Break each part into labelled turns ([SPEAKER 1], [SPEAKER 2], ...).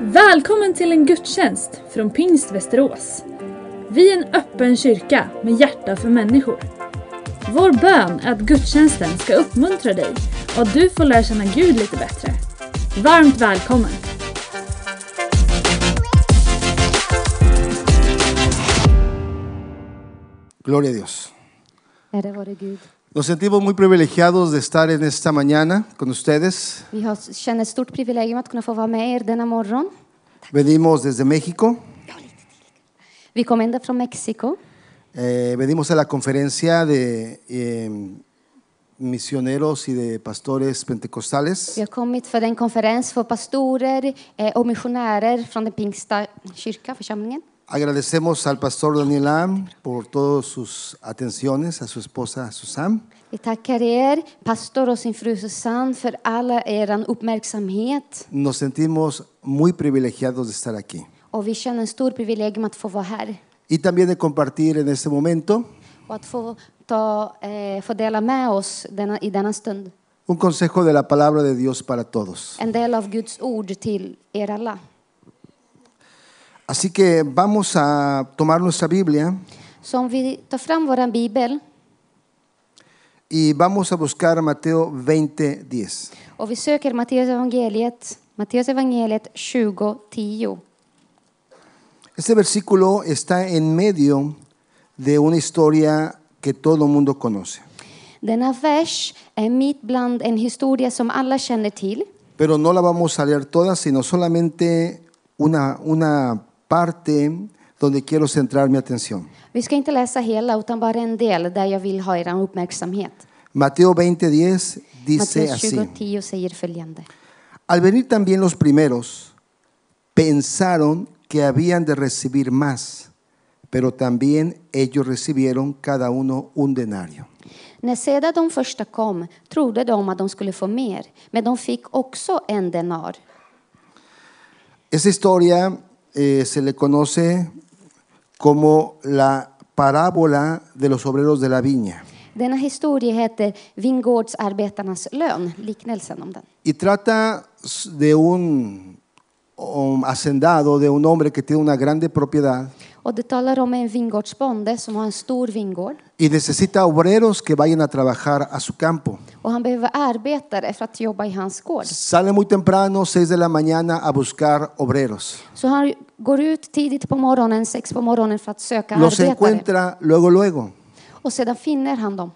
[SPEAKER 1] Välkommen till en gudstjänst från Pingst Västerås. Vi är en öppen kyrka med hjärta för människor. Vår bön är att gudstjänsten ska uppmuntra dig och att du får lära känna Gud lite bättre. Varmt välkommen!
[SPEAKER 2] Gloria a Dios.
[SPEAKER 3] Ära vare Gud.
[SPEAKER 2] Nos sentimos muy privilegiados de estar en esta mañana con ustedes.
[SPEAKER 3] Vi har, känner ett stort privilegium att kunna få vara med er denna morgon.
[SPEAKER 2] Venimos desde México,
[SPEAKER 3] Vi kom ända från Mexiko.
[SPEAKER 2] eh, venimos a la conferencia de eh, misioneros y de pastores
[SPEAKER 3] Vi
[SPEAKER 2] pentecostales
[SPEAKER 3] har kommit för en konferens för pastorer eh, och missionärer från den Pingsta kyrka, församlingen.
[SPEAKER 2] Agradecemos al pastor Daniel Am por todas sus atenciones, a su esposa Susan.
[SPEAKER 3] Vi tackar er, pastor och sin fru Susanne, för alla er uppmärksamhet.
[SPEAKER 2] Nos sentimos muy privilegiados de estar aquí
[SPEAKER 3] Och vi känner ett stort privilegium att få vara här
[SPEAKER 2] y también de compartir en este momento
[SPEAKER 3] och att få, ta, eh, få dela med oss denna, i denna stund.
[SPEAKER 2] un consejo de la palabra de Dios para todos.
[SPEAKER 3] En del av Guds ord till er alla.
[SPEAKER 2] Así que vamos a tomar nuestra Biblia
[SPEAKER 3] Så om vi tar fram vår bibel
[SPEAKER 2] y vamos a buscar Mateo 20, 10.
[SPEAKER 3] Och vi söker Matteus evangeliet, Matteus evangeliet 20, 10.
[SPEAKER 2] Este versículo está en medio de una historia que todo el mundo conoce,
[SPEAKER 3] Denna vers är mitt bland en historia som alla känner till.
[SPEAKER 2] pero no la vamos a leer toda, sino solamente una, una parte donde quiero centrar mi atención.
[SPEAKER 3] Vi ska inte läsa hela, utan bara en del där jag vill ha er uppmärksamhet.
[SPEAKER 2] Mateo 20, 10 dice
[SPEAKER 3] Matteus
[SPEAKER 2] así,
[SPEAKER 3] 20, 10 säger följande.
[SPEAKER 2] al venir también los primeros, pensaron que habían de recibir más, pero también ellos recibieron cada uno un denario.
[SPEAKER 3] När sedan de första kom trodde de att de skulle få mer, men de fick också en denar.
[SPEAKER 2] Esa historia eh, se le conoce como la parábola de los obreros de la viña
[SPEAKER 3] Denna historia heter Vingårdsarbetarnas lön, liknelsen om den.
[SPEAKER 2] y trata s- de un um, hacendado, de un hombre que tiene una grande propiedad
[SPEAKER 3] Och det talar om en vingårdsbonde som har en stor vingård.
[SPEAKER 2] y necesita obreros que vayan a trabajar a su campo.
[SPEAKER 3] Och han behöver arbetare för att jobba i hans gård.
[SPEAKER 2] Sale muy temprano, 6 de la mañana, a buscar obreros.
[SPEAKER 3] Så han går ut tidigt på morgonen, sex på morgonen, för att söka
[SPEAKER 2] Los
[SPEAKER 3] arbetare.
[SPEAKER 2] encuentra luego, luego
[SPEAKER 3] Och sedan finner han dem.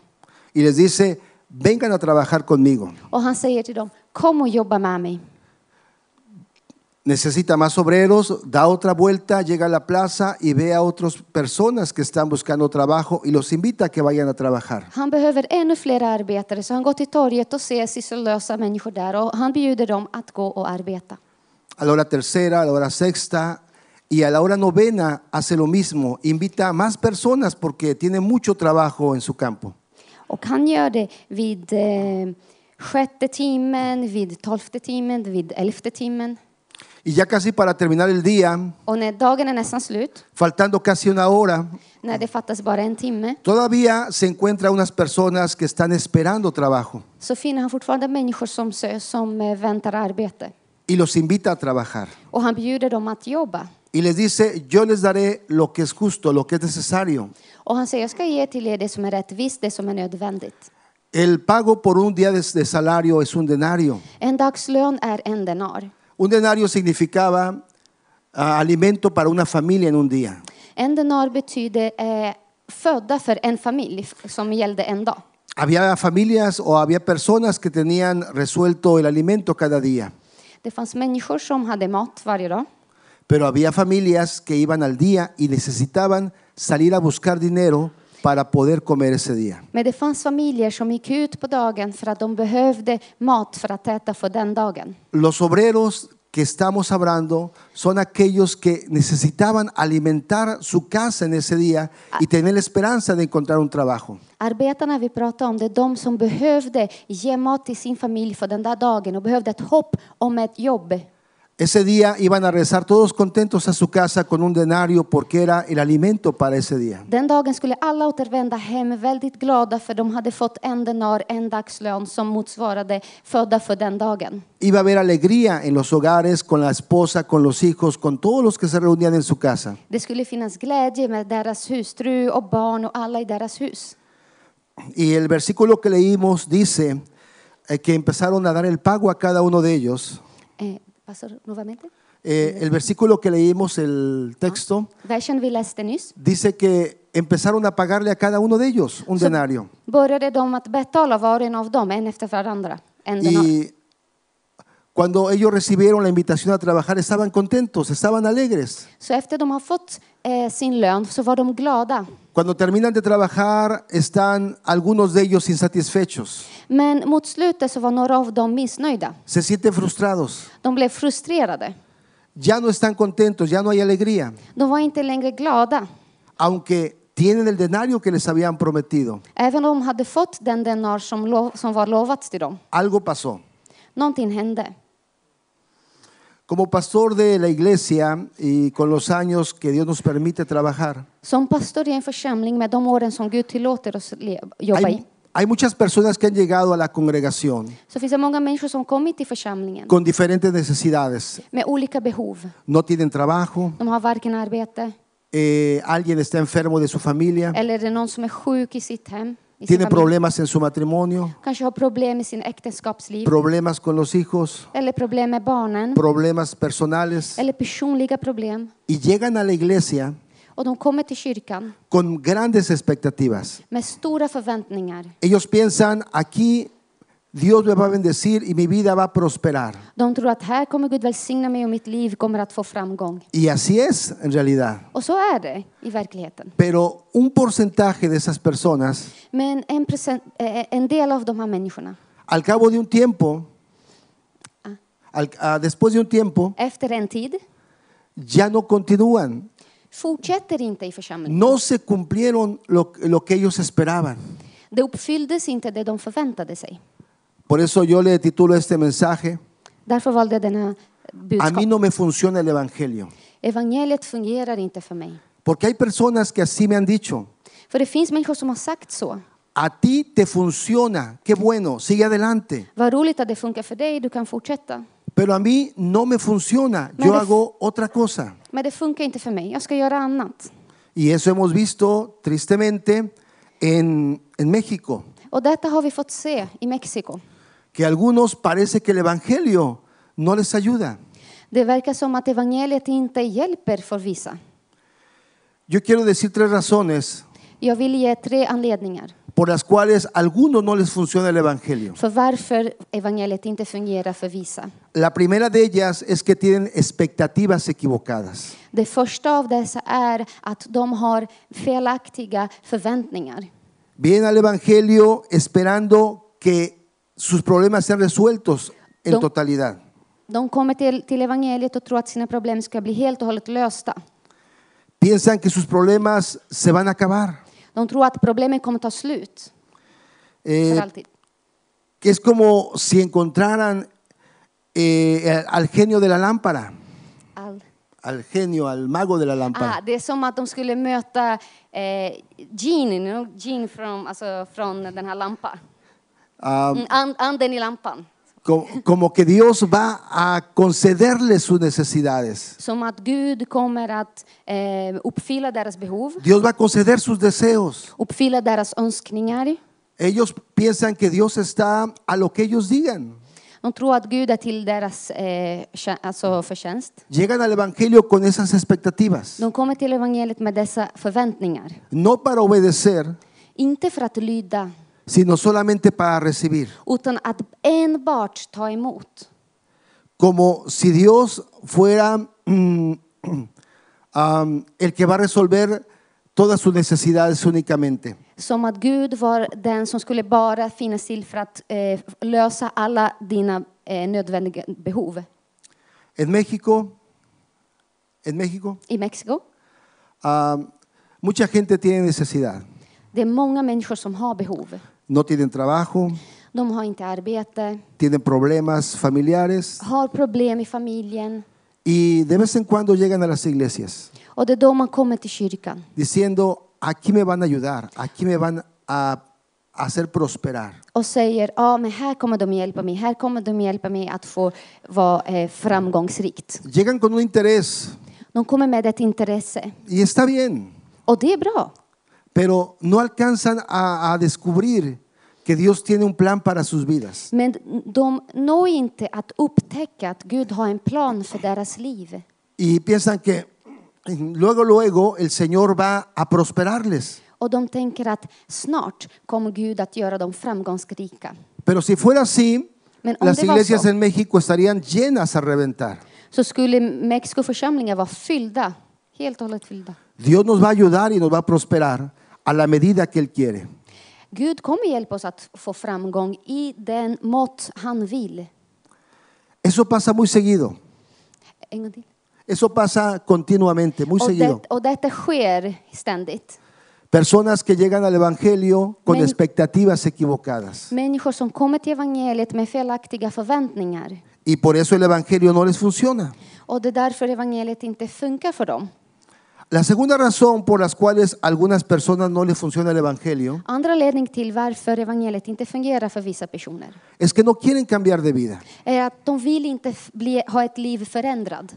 [SPEAKER 2] y les dice, vengan a trabajar conmigo.
[SPEAKER 3] Och han säger till dem, kom och jobba med mig.
[SPEAKER 2] necesita más obreros, da otra vuelta, llega a la plaza y ve a otras personas que están buscando trabajo y los invita a que vayan a trabajar.
[SPEAKER 3] Han behöver ännu fler arbetare, så han går till torget och ser sysslolösa människor där. Och han bjuder dem att gå och arbeta.
[SPEAKER 2] A la hora tercera, a la hora sexta y a la hora novena hace lo mismo, invita a más personas porque tiene mucho trabajo en su campo.
[SPEAKER 3] Och han gör det vid eh, sjätte timmen, vid tolfte timmen, vid elfte timmen.
[SPEAKER 2] Y ya casi para terminar el día,
[SPEAKER 3] Och när dagen är nästan slut,
[SPEAKER 2] faltando casi una hora,
[SPEAKER 3] när det fattas bara en timme,
[SPEAKER 2] todavía se encuentra unas personas que están esperando trabajo
[SPEAKER 3] så finner han fortfarande människor som, sö- som eh, väntar arbete.
[SPEAKER 2] y los invita a trabajar.
[SPEAKER 3] Och han bjuder dem att jobba.
[SPEAKER 2] Y les dice, yo les daré lo que es justo, lo que es necesario.
[SPEAKER 3] Och han säger, jag ska ge till er det som är rättvist, det som är nödvändigt.
[SPEAKER 2] El pago por un día de, de salario es un denario.
[SPEAKER 3] En dagslön är en denar.
[SPEAKER 2] Un denario significaba ah, alimento para una familia en un día.
[SPEAKER 3] En denar betyder eh, födda för en familj f- som gällde en dag.
[SPEAKER 2] Había familias o había personas que tenían resuelto el alimento cada día,
[SPEAKER 3] Det fanns människor som hade mat varje dag.
[SPEAKER 2] pero había familias que iban al día y necesitaban salir a buscar dinero para poder comer ese día.
[SPEAKER 3] Men det fanns familjer som gick ut på dagen för att de behövde mat för att äta för den dagen.
[SPEAKER 2] Los obreros que estamos hablando son aquellos que necesitaban alimentar su casa en ese día y tener la esperanza de encontrar un trabajo.
[SPEAKER 3] Arbetarna vi pratar om, det är de som behövde ge mat till sin familj för den där dagen och behövde ett hopp om ett jobb.
[SPEAKER 2] Ese día iban a regresar todos contentos a su casa con un denario porque era el alimento para ese día.
[SPEAKER 3] Den dagen skulle alla återvända hem väldigt glada för de hade fått en denar, en dagslön som motsvarade födda för den dagen.
[SPEAKER 2] Iba a haber alegría en los hogares, con la esposa, con los hijos, con todos los que se reunían en su casa.
[SPEAKER 3] Det skulle finnas glädje med deras hustru och barn och alla i deras hus.
[SPEAKER 2] Y el versículo que leímos dice eh, que empezaron a dar el pago a cada uno de ellos.
[SPEAKER 3] Eh, pastor, nuevamente?
[SPEAKER 2] Eh, el versículo que leímos, el texto,
[SPEAKER 3] Versen vi läste nyss.
[SPEAKER 2] dice que empezaron a pagarle a cada uno de ellos un denario.
[SPEAKER 3] Började de att betala var och en av dem, en efter varandra, en denar.
[SPEAKER 2] Y cuando ellos recibieron la invitación a trabajar, estaban contentos, estaban alegres.
[SPEAKER 3] Så efter de har fått eh, sin lön så var de glada.
[SPEAKER 2] Cuando terminan de trabajar, están algunos de ellos insatisfechos,
[SPEAKER 3] Men mot slutet så var några av dem missnöjda.
[SPEAKER 2] se sienten frustrados,
[SPEAKER 3] De blev frustrerade.
[SPEAKER 2] ya no están contentos, ya no hay alegría,
[SPEAKER 3] De var inte längre glada.
[SPEAKER 2] aunque tienen el denario que les habían prometido.
[SPEAKER 3] Även om de hade fått den denar som, lov, som var lovats till dem.
[SPEAKER 2] Algo pasó.
[SPEAKER 3] Någonting hände.
[SPEAKER 2] Como pastor de la iglesia y con los años que Dios nos permite trabajar,
[SPEAKER 3] Som pastor i en församling med de åren som Gud tillåter oss le- jobba i
[SPEAKER 2] hay, hay muchas personas que han llegado a la congregación
[SPEAKER 3] så finns det många människor som kommit till församlingen
[SPEAKER 2] con diferentes necesidades.
[SPEAKER 3] med olika behov.
[SPEAKER 2] No tienen trabajo,
[SPEAKER 3] De har varken arbete
[SPEAKER 2] eh, alguien está enfermo de su familia,
[SPEAKER 3] eller är det någon som är sjuk i sitt hem. I sin
[SPEAKER 2] tiene
[SPEAKER 3] familj.
[SPEAKER 2] problemas en su matrimonio,
[SPEAKER 3] Kanske har problem i sin äktenskapsliv
[SPEAKER 2] problemas con los hijos,
[SPEAKER 3] eller problem med barnen
[SPEAKER 2] problemas personales,
[SPEAKER 3] eller personliga problem.
[SPEAKER 2] y llegan a la iglesia
[SPEAKER 3] Och de kommer till kyrkan
[SPEAKER 2] con grandes expectativas.
[SPEAKER 3] med stora förväntningar.
[SPEAKER 2] Ellos piensan, aquí Dios me va a bendecir y mi vida va a prosperar.
[SPEAKER 3] De tror att här kommer Gud välsigna mig och mitt liv kommer att få framgång.
[SPEAKER 2] Y así es en realidad.
[SPEAKER 3] Och så är det i verkligheten.
[SPEAKER 2] Pero un porcentaje de esas personas,
[SPEAKER 3] Men en, procent, eh, en del av de här människorna,
[SPEAKER 2] al cabo de un tiempo, al- ah, después de un tiempo,
[SPEAKER 3] efter en tid,
[SPEAKER 2] ya no continúan.
[SPEAKER 3] fortsätter inte i församlingen.
[SPEAKER 2] No se cumplieron lo, lo que ellos esperaban.
[SPEAKER 3] Det uppfylldes inte det de förväntade sig.
[SPEAKER 2] Por eso yo le titulo este mensaje,
[SPEAKER 3] Därför valde jag denna
[SPEAKER 2] a
[SPEAKER 3] budskap.
[SPEAKER 2] mí no me funciona el Evangelio.
[SPEAKER 3] Evangeliet fungerar inte för mig.
[SPEAKER 2] Porque hay personas que así me han dicho,
[SPEAKER 3] För det finns människor som har sagt så.
[SPEAKER 2] a ti te funciona, qué bueno, sigue adelante.
[SPEAKER 3] Vad roligt att det funkar för dig, du kan fortsätta.
[SPEAKER 2] Pero a mí no me funciona, yo
[SPEAKER 3] Merece-
[SPEAKER 2] hago otra cosa.
[SPEAKER 3] Men det funkar inte för mig, jag ska göra annat.
[SPEAKER 2] Y eso hemos visto tristemente en, en México,
[SPEAKER 3] Och detta har vi fått se i Mexiko.
[SPEAKER 2] que a algunos parece que el Evangelio no les ayuda.
[SPEAKER 3] Det verkar som att evangeliet inte hjälper för vissa.
[SPEAKER 2] Yo quiero decir tres razones
[SPEAKER 3] Jag vill ge tre anledningar
[SPEAKER 2] por las cuales a algunos no les funciona el Evangelio.
[SPEAKER 3] för varför evangeliet inte fungerar för vissa.
[SPEAKER 2] La primera de ellas es que tienen expectativas equivocadas.
[SPEAKER 3] Det första av dessa är att de har felaktiga förväntningar.
[SPEAKER 2] Vienen al Evangelio esperando que sus problemas sean resueltos en
[SPEAKER 3] Don-
[SPEAKER 2] totalidad.
[SPEAKER 3] De kommer till, till evangeliet och tror att sina problem ska bli helt och hållet lösta.
[SPEAKER 2] Piensan que sus problemas se van a acabar.
[SPEAKER 3] De tror att problemen kommer ta slut
[SPEAKER 2] Eh,
[SPEAKER 3] för alltid.
[SPEAKER 2] que es como si encontraran eh, al genio de la lámpara,
[SPEAKER 3] All.
[SPEAKER 2] al genio, al mago de la
[SPEAKER 3] Ah,
[SPEAKER 2] lámpara.
[SPEAKER 3] det är som att de skulle möta eh, genie, you know, genie från, alltså, från den här lampan.
[SPEAKER 2] Ah,
[SPEAKER 3] Mm, and, anden i lampan.
[SPEAKER 2] co- como, que Dios va a concederle sus necesidades.
[SPEAKER 3] Som att Gud kommer att eh, uppfylla deras behov,
[SPEAKER 2] Dios va a conceder sus deseos.
[SPEAKER 3] uppfylla deras önskningar.
[SPEAKER 2] Ellos piensan que Dios está a lo que ellos digan.
[SPEAKER 3] De tror att Gud är till deras eh, tjä- alltså förtjänst.
[SPEAKER 2] Llegan al Evangelio con esas expectativas.
[SPEAKER 3] De kommer till evangeliet med dessa förväntningar.
[SPEAKER 2] No para obedecer,
[SPEAKER 3] Inte för att lyda,
[SPEAKER 2] sino solamente para recibir.
[SPEAKER 3] utan att enbart ta emot.
[SPEAKER 2] Como si Dios fuera mm, am, el que va a resolver todas sus necesidades únicamente.
[SPEAKER 3] Som att Gud var den som skulle bara finnas till för att eh, lösa alla dina eh, nödvändiga behov.
[SPEAKER 2] En México, en México,
[SPEAKER 3] I Mexiko,
[SPEAKER 2] am, mucha gente tiene necesidad.
[SPEAKER 3] det är många människor som har behov.
[SPEAKER 2] No tienen trabajo,
[SPEAKER 3] De har inte arbete,
[SPEAKER 2] tienen problemas familiares,
[SPEAKER 3] har problem i familjen,
[SPEAKER 2] Y de vez en cuando llegan a las iglesias
[SPEAKER 3] Och det är då man kommer till kyrkan
[SPEAKER 2] diciendo, aquí me van a ayudar, aquí me van a hacer prosperar.
[SPEAKER 3] och säger ja, men här kommer de hjälpa mig, här kommer de hjälpa mig att få vara eh, framgångsrikt.
[SPEAKER 2] Llegan con un interés
[SPEAKER 3] De kommer med ett intresse
[SPEAKER 2] y está bien,
[SPEAKER 3] och det är bra.
[SPEAKER 2] pero no alcanzan a, a descubrir que Dios tiene un plan para sus vidas.
[SPEAKER 3] Men de når inte att upptäcka att Gud har en plan för deras liv.
[SPEAKER 2] Y piensan que luego, luego el Señor va a prosperarles.
[SPEAKER 3] Och de tänker att snart kommer Gud att göra dem framgångsrika.
[SPEAKER 2] Pero si fuera así,
[SPEAKER 3] Men om
[SPEAKER 2] las
[SPEAKER 3] det var
[SPEAKER 2] iglesias
[SPEAKER 3] så,
[SPEAKER 2] en México estarían llenas a reventar.
[SPEAKER 3] så skulle Mexikoförsamlingar vara fyllda, helt och hållet fyllda.
[SPEAKER 2] Dios nos va a ayudar y nos va a prosperar a la medida que Él quiere.
[SPEAKER 3] Gud kommer hjälpa oss att få framgång i den mått han vill.
[SPEAKER 2] Eso pasa muy seguido.
[SPEAKER 3] En gång till.
[SPEAKER 2] Eso pasa continuamente, muy
[SPEAKER 3] Och,
[SPEAKER 2] seguido.
[SPEAKER 3] det, och detta sker ständigt.
[SPEAKER 2] Personas que llegan al Evangelio con
[SPEAKER 3] Men-
[SPEAKER 2] expectativas equivocadas.
[SPEAKER 3] Människor som kommer till evangeliet med felaktiga förväntningar.
[SPEAKER 2] Y por eso el Evangelio no les funciona.
[SPEAKER 3] Och det är därför evangeliet inte funkar för dem.
[SPEAKER 2] La segunda razón por las cuales a algunas personas no les funciona el Evangelio
[SPEAKER 3] Andra ledning till varför evangeliet inte fungerar för vissa personer
[SPEAKER 2] es que no quieren cambiar de vida.
[SPEAKER 3] är att de vill inte f- bli, ha ett liv förändrat.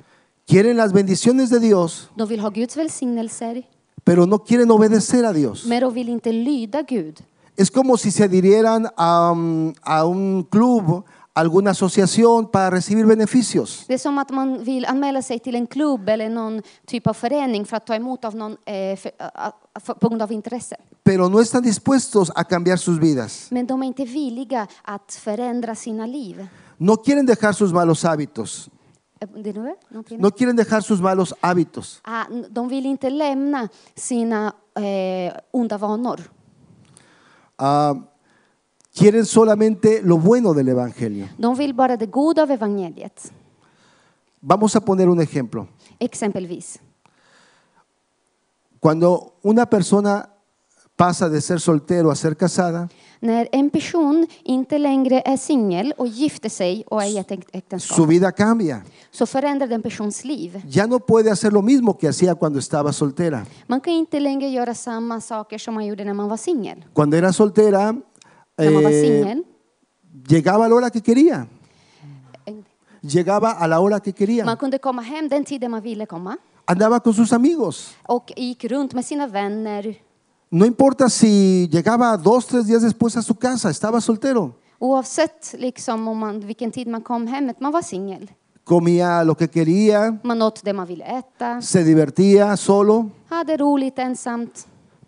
[SPEAKER 2] Quieren las bendiciones de Dios,
[SPEAKER 3] De vill ha Guds välsignelser,
[SPEAKER 2] pero no quieren obedecer a Dios.
[SPEAKER 3] men de vill inte lyda Gud.
[SPEAKER 2] Es como si se adhirieran a, um, a un club, a alguna asociación para recibir beneficios.
[SPEAKER 3] Det är som att man vill anmäla sig till en klubb eller någon typ av förening för att ta emot av någon eh, för, a- a- för, på grund av intresse.
[SPEAKER 2] pero no están dispuestos a cambiar sus vidas.
[SPEAKER 3] Men de är inte villiga att förändra sina liv.
[SPEAKER 2] No quieren dejar sus malos hábitos.
[SPEAKER 3] Eh, Det är nu, någonting?
[SPEAKER 2] No quieren dejar sus malos hábitos.
[SPEAKER 3] Ah, n- de vill inte lämna sina eh, onda vanor.
[SPEAKER 2] Ah, quieren solamente lo bueno del Evangelio.
[SPEAKER 3] De vill bara det goda av evangeliet.
[SPEAKER 2] Vamos a poner un ejemplo.
[SPEAKER 3] Exempelvis,
[SPEAKER 2] Cuando una persona pasa de ser soltero a ser casada,
[SPEAKER 3] när en person inte längre är singel och gifter sig och är i ett äkt-
[SPEAKER 2] su
[SPEAKER 3] äktenskap
[SPEAKER 2] vida cambia.
[SPEAKER 3] så förändrar den persons liv.
[SPEAKER 2] Ya no puede hacer lo mismo que hacía cuando estaba soltera.
[SPEAKER 3] Man kan inte längre göra samma saker som man gjorde när man var singel.
[SPEAKER 2] Cuando era soltera,
[SPEAKER 3] När man var
[SPEAKER 2] eh,
[SPEAKER 3] singel.
[SPEAKER 2] llegaba a la hora que quería. Llegaba a la hora que quería.
[SPEAKER 3] Man kunde komma hem den tiden man ville komma
[SPEAKER 2] Andaba con sus amigos.
[SPEAKER 3] och gick runt med sina vänner.
[SPEAKER 2] No importa si llegaba dos, tres días después a su casa, estaba soltero.
[SPEAKER 3] Oavsett liksom om man, vilken tid man kom hem, man var singel.
[SPEAKER 2] Comía lo que quería,
[SPEAKER 3] Man åt det man ville äta,
[SPEAKER 2] se divertía solo,
[SPEAKER 3] hade roligt ensamt.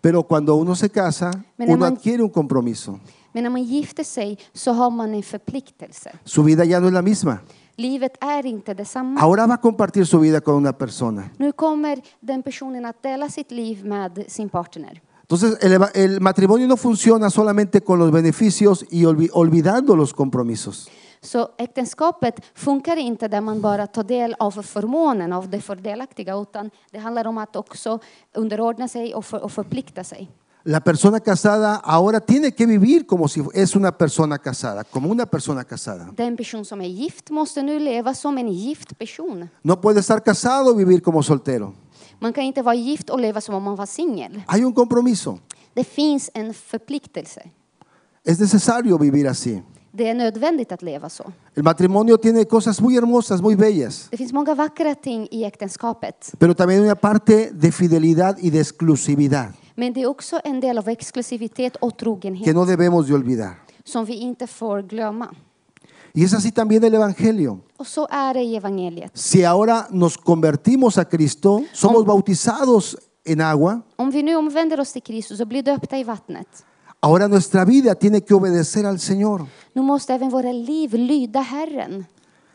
[SPEAKER 3] pero
[SPEAKER 2] pero cuando uno se casa,
[SPEAKER 3] Mira,
[SPEAKER 2] uno
[SPEAKER 3] man-
[SPEAKER 2] adquiere un compromiso.
[SPEAKER 3] Men när man gifter sig så har man en förpliktelse.
[SPEAKER 2] Su vida ya no es la misma.
[SPEAKER 3] Livet är inte detsamma.
[SPEAKER 2] Ahora va a compartir su vida con una persona.
[SPEAKER 3] Nu kommer den personen att dela sitt liv med sin partner.
[SPEAKER 2] Entonces, el, eva- el matrimonio no funciona solamente con los beneficios y olvi- olvidando los compromisos.
[SPEAKER 3] Så äktenskapet funkar inte där man bara tar del av förmånen av det fördelaktiga utan det handlar om att också underordna sig och, för, och förplikta sig.
[SPEAKER 2] La persona casada ahora tiene que vivir como si es una persona casada, como una persona casada.
[SPEAKER 3] Den person som är gift måste nu leva som en gift person.
[SPEAKER 2] No puede estar casado y vivir como soltero.
[SPEAKER 3] Man kan inte vara gift och leva som om man var singel.
[SPEAKER 2] Hay un compromiso.
[SPEAKER 3] Det finns en förpliktelse.
[SPEAKER 2] Es necesario vivir así.
[SPEAKER 3] Det är nödvändigt att leva så.
[SPEAKER 2] El matrimonio tiene cosas muy hermosas, muy bellas,
[SPEAKER 3] Det finns många vackra ting i äktenskapet.
[SPEAKER 2] pero también una parte de fidelidad y de exclusividad
[SPEAKER 3] Men det är också en del av exklusivitet och
[SPEAKER 2] que
[SPEAKER 3] trogenhet
[SPEAKER 2] no debemos de olvidar.
[SPEAKER 3] som vi inte får glömma.
[SPEAKER 2] Y es así también el Evangelio.
[SPEAKER 3] Och så är det i evangeliet.
[SPEAKER 2] Si ahora nos convertimos a Cristo, somos bautizados en agua,
[SPEAKER 3] Om vi nu omvänder oss till Kristus och blir döpta i vattnet,
[SPEAKER 2] ahora nuestra vida tiene que obedecer al Señor.
[SPEAKER 3] nu måste även våra liv lyda Herren.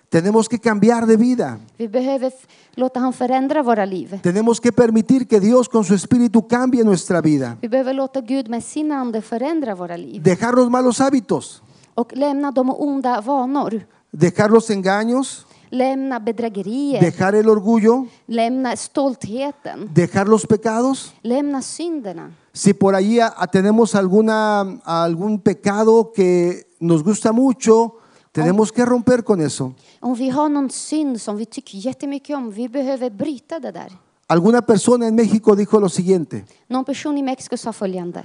[SPEAKER 2] Tenemos que cambiar de vida.
[SPEAKER 3] Vi behöver f- låta han förändra våra liv.
[SPEAKER 2] Tenemos que permitir que Dios con su Espíritu cambie nuestra vida.
[SPEAKER 3] Vi behöver låta Gud med sin ande förändra våra liv
[SPEAKER 2] Dejar los malos hábitos,
[SPEAKER 3] och lämna de onda vanor,
[SPEAKER 2] dejar los engaños,
[SPEAKER 3] lämna bedrägerier,
[SPEAKER 2] dejar el orgullo,
[SPEAKER 3] lämna stoltheten,
[SPEAKER 2] dejar los pecados.
[SPEAKER 3] lämna synderna.
[SPEAKER 2] Si por allí a- a- tenemos alguna, algún pecado que nos gusta mucho, Tenemos que romper con eso.
[SPEAKER 3] Om vi har någon synd som vi tycker jättemycket om, vi behöver bryta det där.
[SPEAKER 2] Alguna persona en México dijo lo siguiente,
[SPEAKER 3] Någon person i Mexiko sa följande.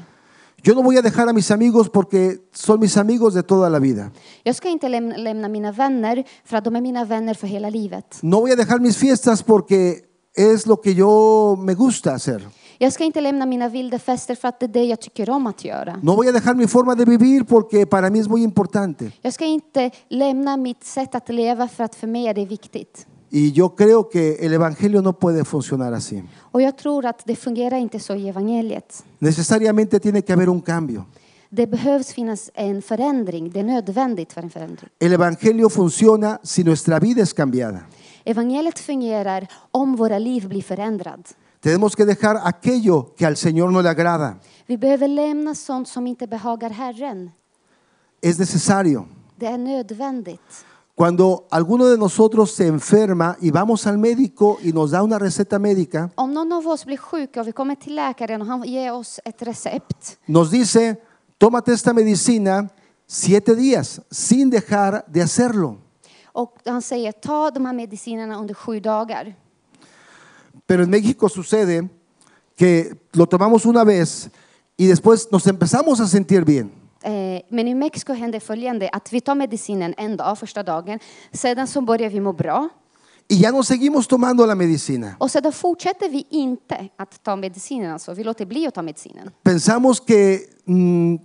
[SPEAKER 2] yo no voy a dejar a mis amigos porque son mis amigos de toda la vida.
[SPEAKER 3] Jag ska inte lämna, lämna mina vänner för att de är mina vänner för hela livet.
[SPEAKER 2] No voy a dejar mis fiestas porque es lo que yo me gusta hacer.
[SPEAKER 3] Jag ska inte lämna mina vilda fester för att det är det jag tycker om att göra.
[SPEAKER 2] No voy a dejar mi forma de vivir porque para mí es muy importante.
[SPEAKER 3] Jag ska inte lämna mitt sätt att leva för att för mig är det viktigt.
[SPEAKER 2] Y yo creo que el Evangelio no puede funcionar así.
[SPEAKER 3] Och jag tror att det fungerar inte så i evangeliet.
[SPEAKER 2] Necesariamente tiene que haber un cambio.
[SPEAKER 3] Det behövs finnas en förändring, det är nödvändigt för en förändring.
[SPEAKER 2] El Evangelio funciona si nuestra vida es cambiada.
[SPEAKER 3] Evangeliet fungerar om våra liv blir förändrad.
[SPEAKER 2] Tenemos que dejar aquello que al Señor no le agrada.
[SPEAKER 3] Vi behöver lämna sånt som inte behagar Herren.
[SPEAKER 2] Es necesario.
[SPEAKER 3] Det är nödvändigt.
[SPEAKER 2] Cuando alguno de nosotros se enferma y vamos al médico y nos da una receta médica,
[SPEAKER 3] Om någon av oss blir sjuk och vi kommer till läkaren och han ger oss ett recept
[SPEAKER 2] nos dice, tómate esta medicina siete días sin dejar de hacerlo.
[SPEAKER 3] och han säger ta de här medicinerna under sju dagar.
[SPEAKER 2] Pero en México sucede que lo tomamos una vez y después nos empezamos a sentir bien.
[SPEAKER 3] Eh, Men i Mexiko händer följande att vi tar medicinen en dag, första dagen, sedan så börjar vi må bra
[SPEAKER 2] Y ya no seguimos tomando la medicina.
[SPEAKER 3] och sedan fortsätter vi inte att ta medicinen, alltså vi låter bli att ta medicinen.
[SPEAKER 2] Pensamos que mm,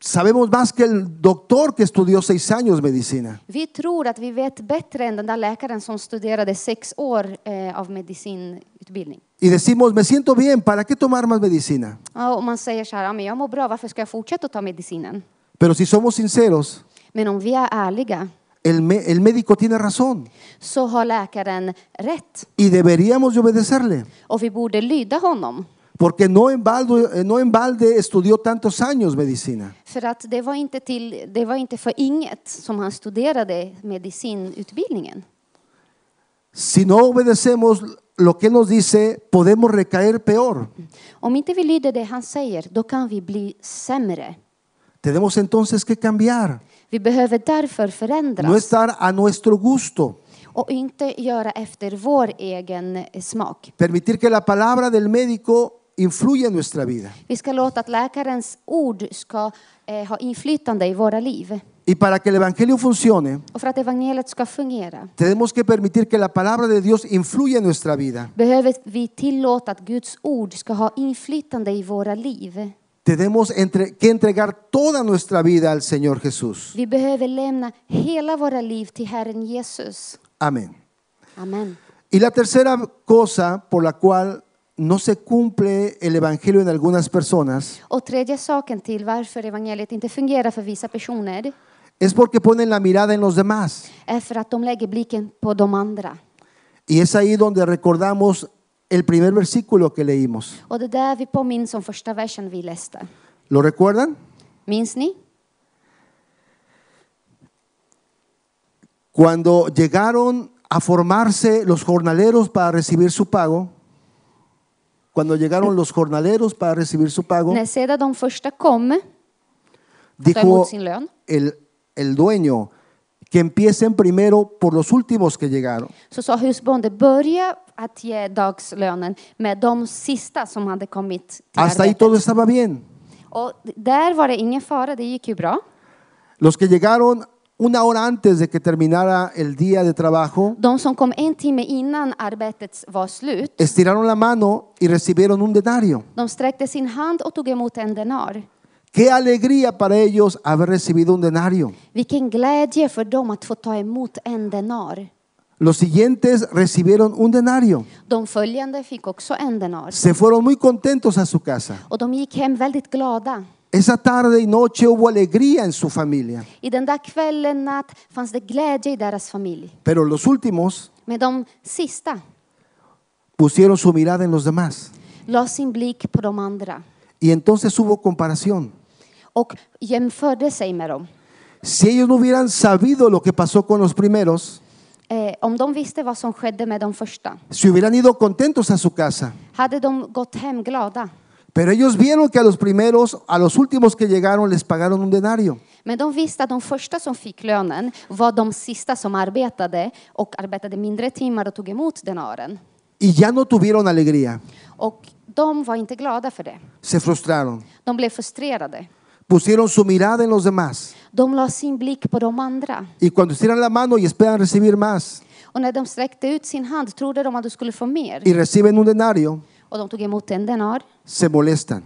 [SPEAKER 2] sabemos más que el doctor que estudió seis años medicina.
[SPEAKER 3] Vi tror att vi vet bättre än den där läkaren som studerade sex år eh, av medicinutbildning.
[SPEAKER 2] Y decimos, me siento bien, ¿para qué tomar más medicina?
[SPEAKER 3] Ja, och man säger så här, "Ja, men jag mår bra, varför ska jag fortsätta att ta medicinen?
[SPEAKER 2] Pero si somos sinceros,
[SPEAKER 3] Men om vi är ärliga
[SPEAKER 2] el, me- el médico tiene razón
[SPEAKER 3] så har läkaren rätt
[SPEAKER 2] y deberíamos de obedecerle.
[SPEAKER 3] och vi borde lyda honom.
[SPEAKER 2] Porque no en, baldo- eh, no en balde estudió tantos años medicina.
[SPEAKER 3] För att det var inte, till, det var inte för inget som han studerade medicinutbildningen.
[SPEAKER 2] Si no obedecemos lo que él nos dice, podemos recaer peor.
[SPEAKER 3] Om inte vi lyder det han säger, då kan vi bli sämre.
[SPEAKER 2] Tenemos entonces que cambiar,
[SPEAKER 3] Vi behöver därför förändras
[SPEAKER 2] no estar a nuestro gusto,
[SPEAKER 3] och inte göra efter vår egen eh, smak.
[SPEAKER 2] permitir que la palabra del médico influya en nuestra vida.
[SPEAKER 3] Vi ska låta att läkarens ord ska eh, ha inflytande i våra liv.
[SPEAKER 2] Y para que el Evangelio funcione,
[SPEAKER 3] Och för att evangeliet ska fungera
[SPEAKER 2] tenemos que permitir que la palabra de Dios influya en nuestra vida.
[SPEAKER 3] behöver vi tillåta att Guds ord ska ha inflytande i våra liv.
[SPEAKER 2] Tenemos entre- que entregar toda nuestra vida al Señor Jesús.
[SPEAKER 3] Vi behöver lämna hela våra liv till Herren Jesus.
[SPEAKER 2] Amén.
[SPEAKER 3] Amen.
[SPEAKER 2] Y la tercera cosa por la cual no se cumple el Evangelio en algunas personas
[SPEAKER 3] Och tredje saken till varför evangeliet inte fungerar för vissa personer
[SPEAKER 2] es porque ponen la mirada en los demás.
[SPEAKER 3] är för att de lägger blicken på de andra.
[SPEAKER 2] Y es ahí donde recordamos el primer versículo que leímos.
[SPEAKER 3] Och det där vi påminns om första versen vi läste.
[SPEAKER 2] ¿Lo recuerdan?
[SPEAKER 3] Minns ni?
[SPEAKER 2] Cuando llegaron a formarse los jornaleros para recibir su pago, cuando llegaron los jornaleros para recibir su pago,
[SPEAKER 3] När sedan de första kom
[SPEAKER 2] dijo
[SPEAKER 3] Estamos sin león.
[SPEAKER 2] el, el dueño que empiecen primero por los últimos que llegaron.
[SPEAKER 3] så sa husbonden börja att ge dagslönen med de sista som hade kommit till
[SPEAKER 2] Hasta ahí
[SPEAKER 3] arbetet.
[SPEAKER 2] todo estaba bien.
[SPEAKER 3] Och där var det ingen fara, det gick ju bra.
[SPEAKER 2] Los que llegaron una hora antes de que terminara el día de trabajo,
[SPEAKER 3] De som kom en timme innan arbetet var slut,
[SPEAKER 2] estiraron la mano y recibieron un denario.
[SPEAKER 3] de sträckte sin hand och tog emot en denar.
[SPEAKER 2] Qué alegría para ellos haber recibido un denario.
[SPEAKER 3] Vilken glädje för dem att få ta emot en denar.
[SPEAKER 2] Los siguientes recibieron un denario.
[SPEAKER 3] De följande fick också en denar.
[SPEAKER 2] Se fueron muy contentos a su casa.
[SPEAKER 3] Och de gick hem väldigt glada.
[SPEAKER 2] Esa tarde y noche hubo alegría en su familia.
[SPEAKER 3] I den där kvällen, natt, fanns det glädje i deras familj.
[SPEAKER 2] Pero los últimos
[SPEAKER 3] Men de sista
[SPEAKER 2] pusieron su mirada en los demás.
[SPEAKER 3] la sin blick på de andra.
[SPEAKER 2] Y entonces hubo comparación.
[SPEAKER 3] och jämförde sig med dem.
[SPEAKER 2] Si ellos no hubieran sabido lo que pasó con los primeros,
[SPEAKER 3] Eh, om de visste vad som skedde med de första,
[SPEAKER 2] se hubieran ido contentos a su casa.
[SPEAKER 3] hade de gått hem glada.
[SPEAKER 2] Pero ellos vieron que a los primeros, a los últimos que llegaron, les pagaron un denario.
[SPEAKER 3] Men de visste att de första som fick lönen var de sista som arbetade och arbetade mindre timmar och tog emot denaren.
[SPEAKER 2] Y ya no tuvieron alegría.
[SPEAKER 3] Och de var inte glada för det.
[SPEAKER 2] Se frustraron.
[SPEAKER 3] De blev frustrerade.
[SPEAKER 2] Pusieron su mirada en los demás.
[SPEAKER 3] De la sin blick på de andra.
[SPEAKER 2] Y cuando estiran la mano y esperan recibir más
[SPEAKER 3] Och när de sträckte ut sin hand trodde de att de skulle få mer.
[SPEAKER 2] y reciben un denario,
[SPEAKER 3] Och de tog emot en denar.
[SPEAKER 2] se molestan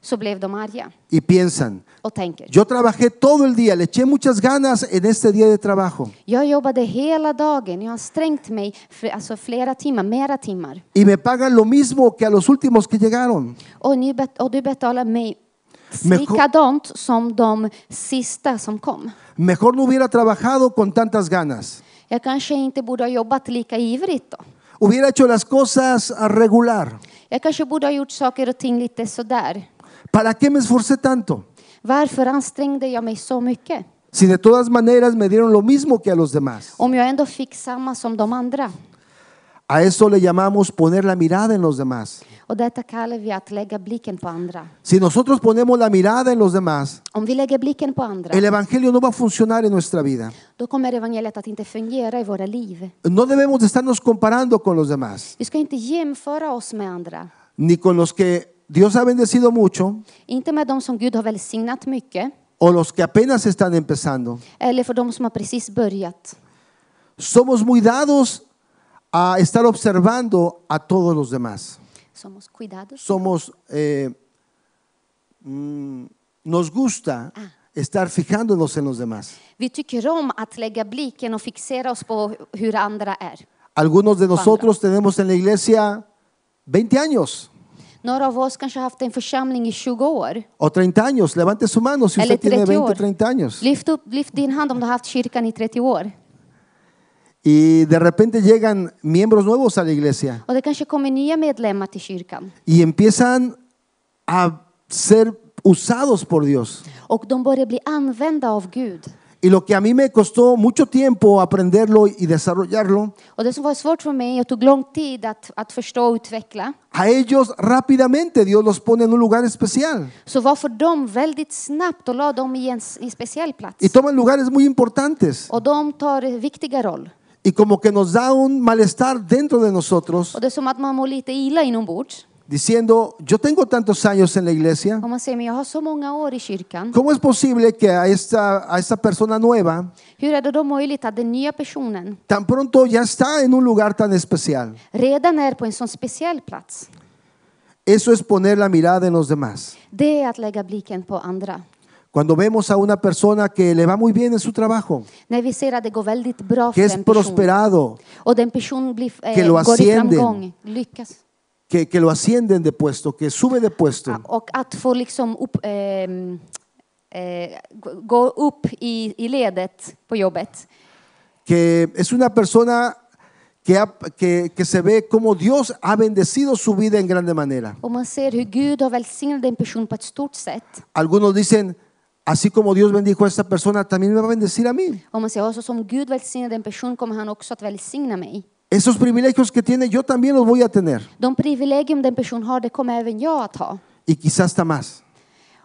[SPEAKER 3] Så blev de arga
[SPEAKER 2] y piensan,
[SPEAKER 3] och tänker.
[SPEAKER 2] yo trabajé todo el día, le eché muchas ganas en este día de trabajo
[SPEAKER 3] Jag jobbade hela dagen. Jag har strängt mig för, alltså flera timmar, mera timmar.
[SPEAKER 2] y me pagan lo mismo que a los últimos que llegaron.
[SPEAKER 3] Och, ni bet- och du betalar mig
[SPEAKER 2] Men-
[SPEAKER 3] likadant som de sista som kom.
[SPEAKER 2] Mejor no hubiera trabajado con tantas ganas.
[SPEAKER 3] Jag kanske inte borde ha jobbat lika ivrigt då.
[SPEAKER 2] Hubiera hecho las cosas a regular.
[SPEAKER 3] Jag kanske borde ha gjort saker och ting lite sådär.
[SPEAKER 2] ¿Para qué me esforcé tanto?
[SPEAKER 3] Varför ansträngde jag mig så mycket?
[SPEAKER 2] Si de todas maneras me dieron lo mismo que a los demás.
[SPEAKER 3] Om jag ändå fick samma som de andra.
[SPEAKER 2] A eso le llamamos poner la mirada en los demás.
[SPEAKER 3] Och detta kallar vi att lägga blicken på andra.
[SPEAKER 2] Si nosotros ponemos la mirada en los demás,
[SPEAKER 3] Om vi lägger blicken på andra,
[SPEAKER 2] el Evangelio no va a funcionar en nuestra vida.
[SPEAKER 3] då kommer evangeliet att inte fungera i våra liv.
[SPEAKER 2] No debemos de estarnos comparando con los demás,
[SPEAKER 3] Vi ska inte jämföra oss med andra.
[SPEAKER 2] ni con los que Dios ha bendecido mucho
[SPEAKER 3] Inte med de som Gud har välsignat mycket,
[SPEAKER 2] o los que apenas están empezando.
[SPEAKER 3] eller för de som har precis börjat.
[SPEAKER 2] Somos muy dados a estar observando a todos los demás.
[SPEAKER 3] Somos cuidados.
[SPEAKER 2] Somos, eh, mm, nos gusta estar fijándonos en los demás.
[SPEAKER 3] Vi tycker om att lägga blicken och fixera oss på hur andra är.
[SPEAKER 2] Algunos de nosotros tenemos en la iglesia 20 años
[SPEAKER 3] Några av oss kanske har haft en församling i 20 år.
[SPEAKER 2] o 30 años. Levante su mano si
[SPEAKER 3] Eller
[SPEAKER 2] usted tiene
[SPEAKER 3] 30
[SPEAKER 2] 20
[SPEAKER 3] år.
[SPEAKER 2] o 30 años.
[SPEAKER 3] Lyft, upp, lyft din hand om du har haft kyrkan i 30 år.
[SPEAKER 2] Y de repente llegan miembros nuevos a la iglesia
[SPEAKER 3] Och det kanske kommer nya medlemmar till kyrkan.
[SPEAKER 2] y empiezan a ser usados por Dios.
[SPEAKER 3] Och de börjar bli använda av Gud.
[SPEAKER 2] Y lo que a mí me costó mucho tiempo aprenderlo y desarrollarlo,
[SPEAKER 3] Och det som var svårt för mig och tog lång tid att, att förstå och utveckla,
[SPEAKER 2] a ellos rápidamente Dios los pone en un lugar especial
[SPEAKER 3] så var för dem väldigt snabbt och la dem i en, s- i en speciell plats.
[SPEAKER 2] y toman lugares muy importantes.
[SPEAKER 3] Och de tar viktiga roll.
[SPEAKER 2] Y como que nos da un malestar dentro de nosotros
[SPEAKER 3] Och det är som att man mår lite illa inombords.
[SPEAKER 2] diciendo, yo tengo tantos años en la iglesia,
[SPEAKER 3] Om man säger, men jag har så många år i kyrkan.
[SPEAKER 2] ¿cómo es posible que a esta, a esta persona nueva
[SPEAKER 3] Hur är det då möjligt att den nya personen
[SPEAKER 2] tan pronto ya está en un lugar tan especial?
[SPEAKER 3] redan är på en sån speciell plats?
[SPEAKER 2] Eso es poner la mirada en los demás.
[SPEAKER 3] Det är att lägga blicken på andra.
[SPEAKER 2] Cuando vemos a una persona que le va muy bien en su trabajo,
[SPEAKER 3] När vi ser att det går väldigt bra
[SPEAKER 2] que
[SPEAKER 3] för
[SPEAKER 2] es
[SPEAKER 3] en person
[SPEAKER 2] prosperado,
[SPEAKER 3] och den personen blir,
[SPEAKER 2] Que
[SPEAKER 3] eh,
[SPEAKER 2] lo
[SPEAKER 3] går i
[SPEAKER 2] ascienden.
[SPEAKER 3] framgång, lyckas.
[SPEAKER 2] que, que lo ascienden de puesto, que sube de puesto,
[SPEAKER 3] Ah, Och att få liksom upp, ehm, eh, gå- gå upp i, i ledet på jobbet.
[SPEAKER 2] que es una persona que, ha- que, que se ve como Dios ha bendecido su vida en grande manera.
[SPEAKER 3] Och man ser hur Gud har välsignat en person på ett stort sätt.
[SPEAKER 2] Algunos dicen, así como Dios bendijo a esta persona, también me va a bendecir a mí.
[SPEAKER 3] Och man ser också som Gud välsignade en person kommer han också att välsigna mig.
[SPEAKER 2] Esos privilegios que tiene, yo también los voy a tener.
[SPEAKER 3] De privilegium den person har, det kommer även jag att ha.
[SPEAKER 2] Y quizás hasta más.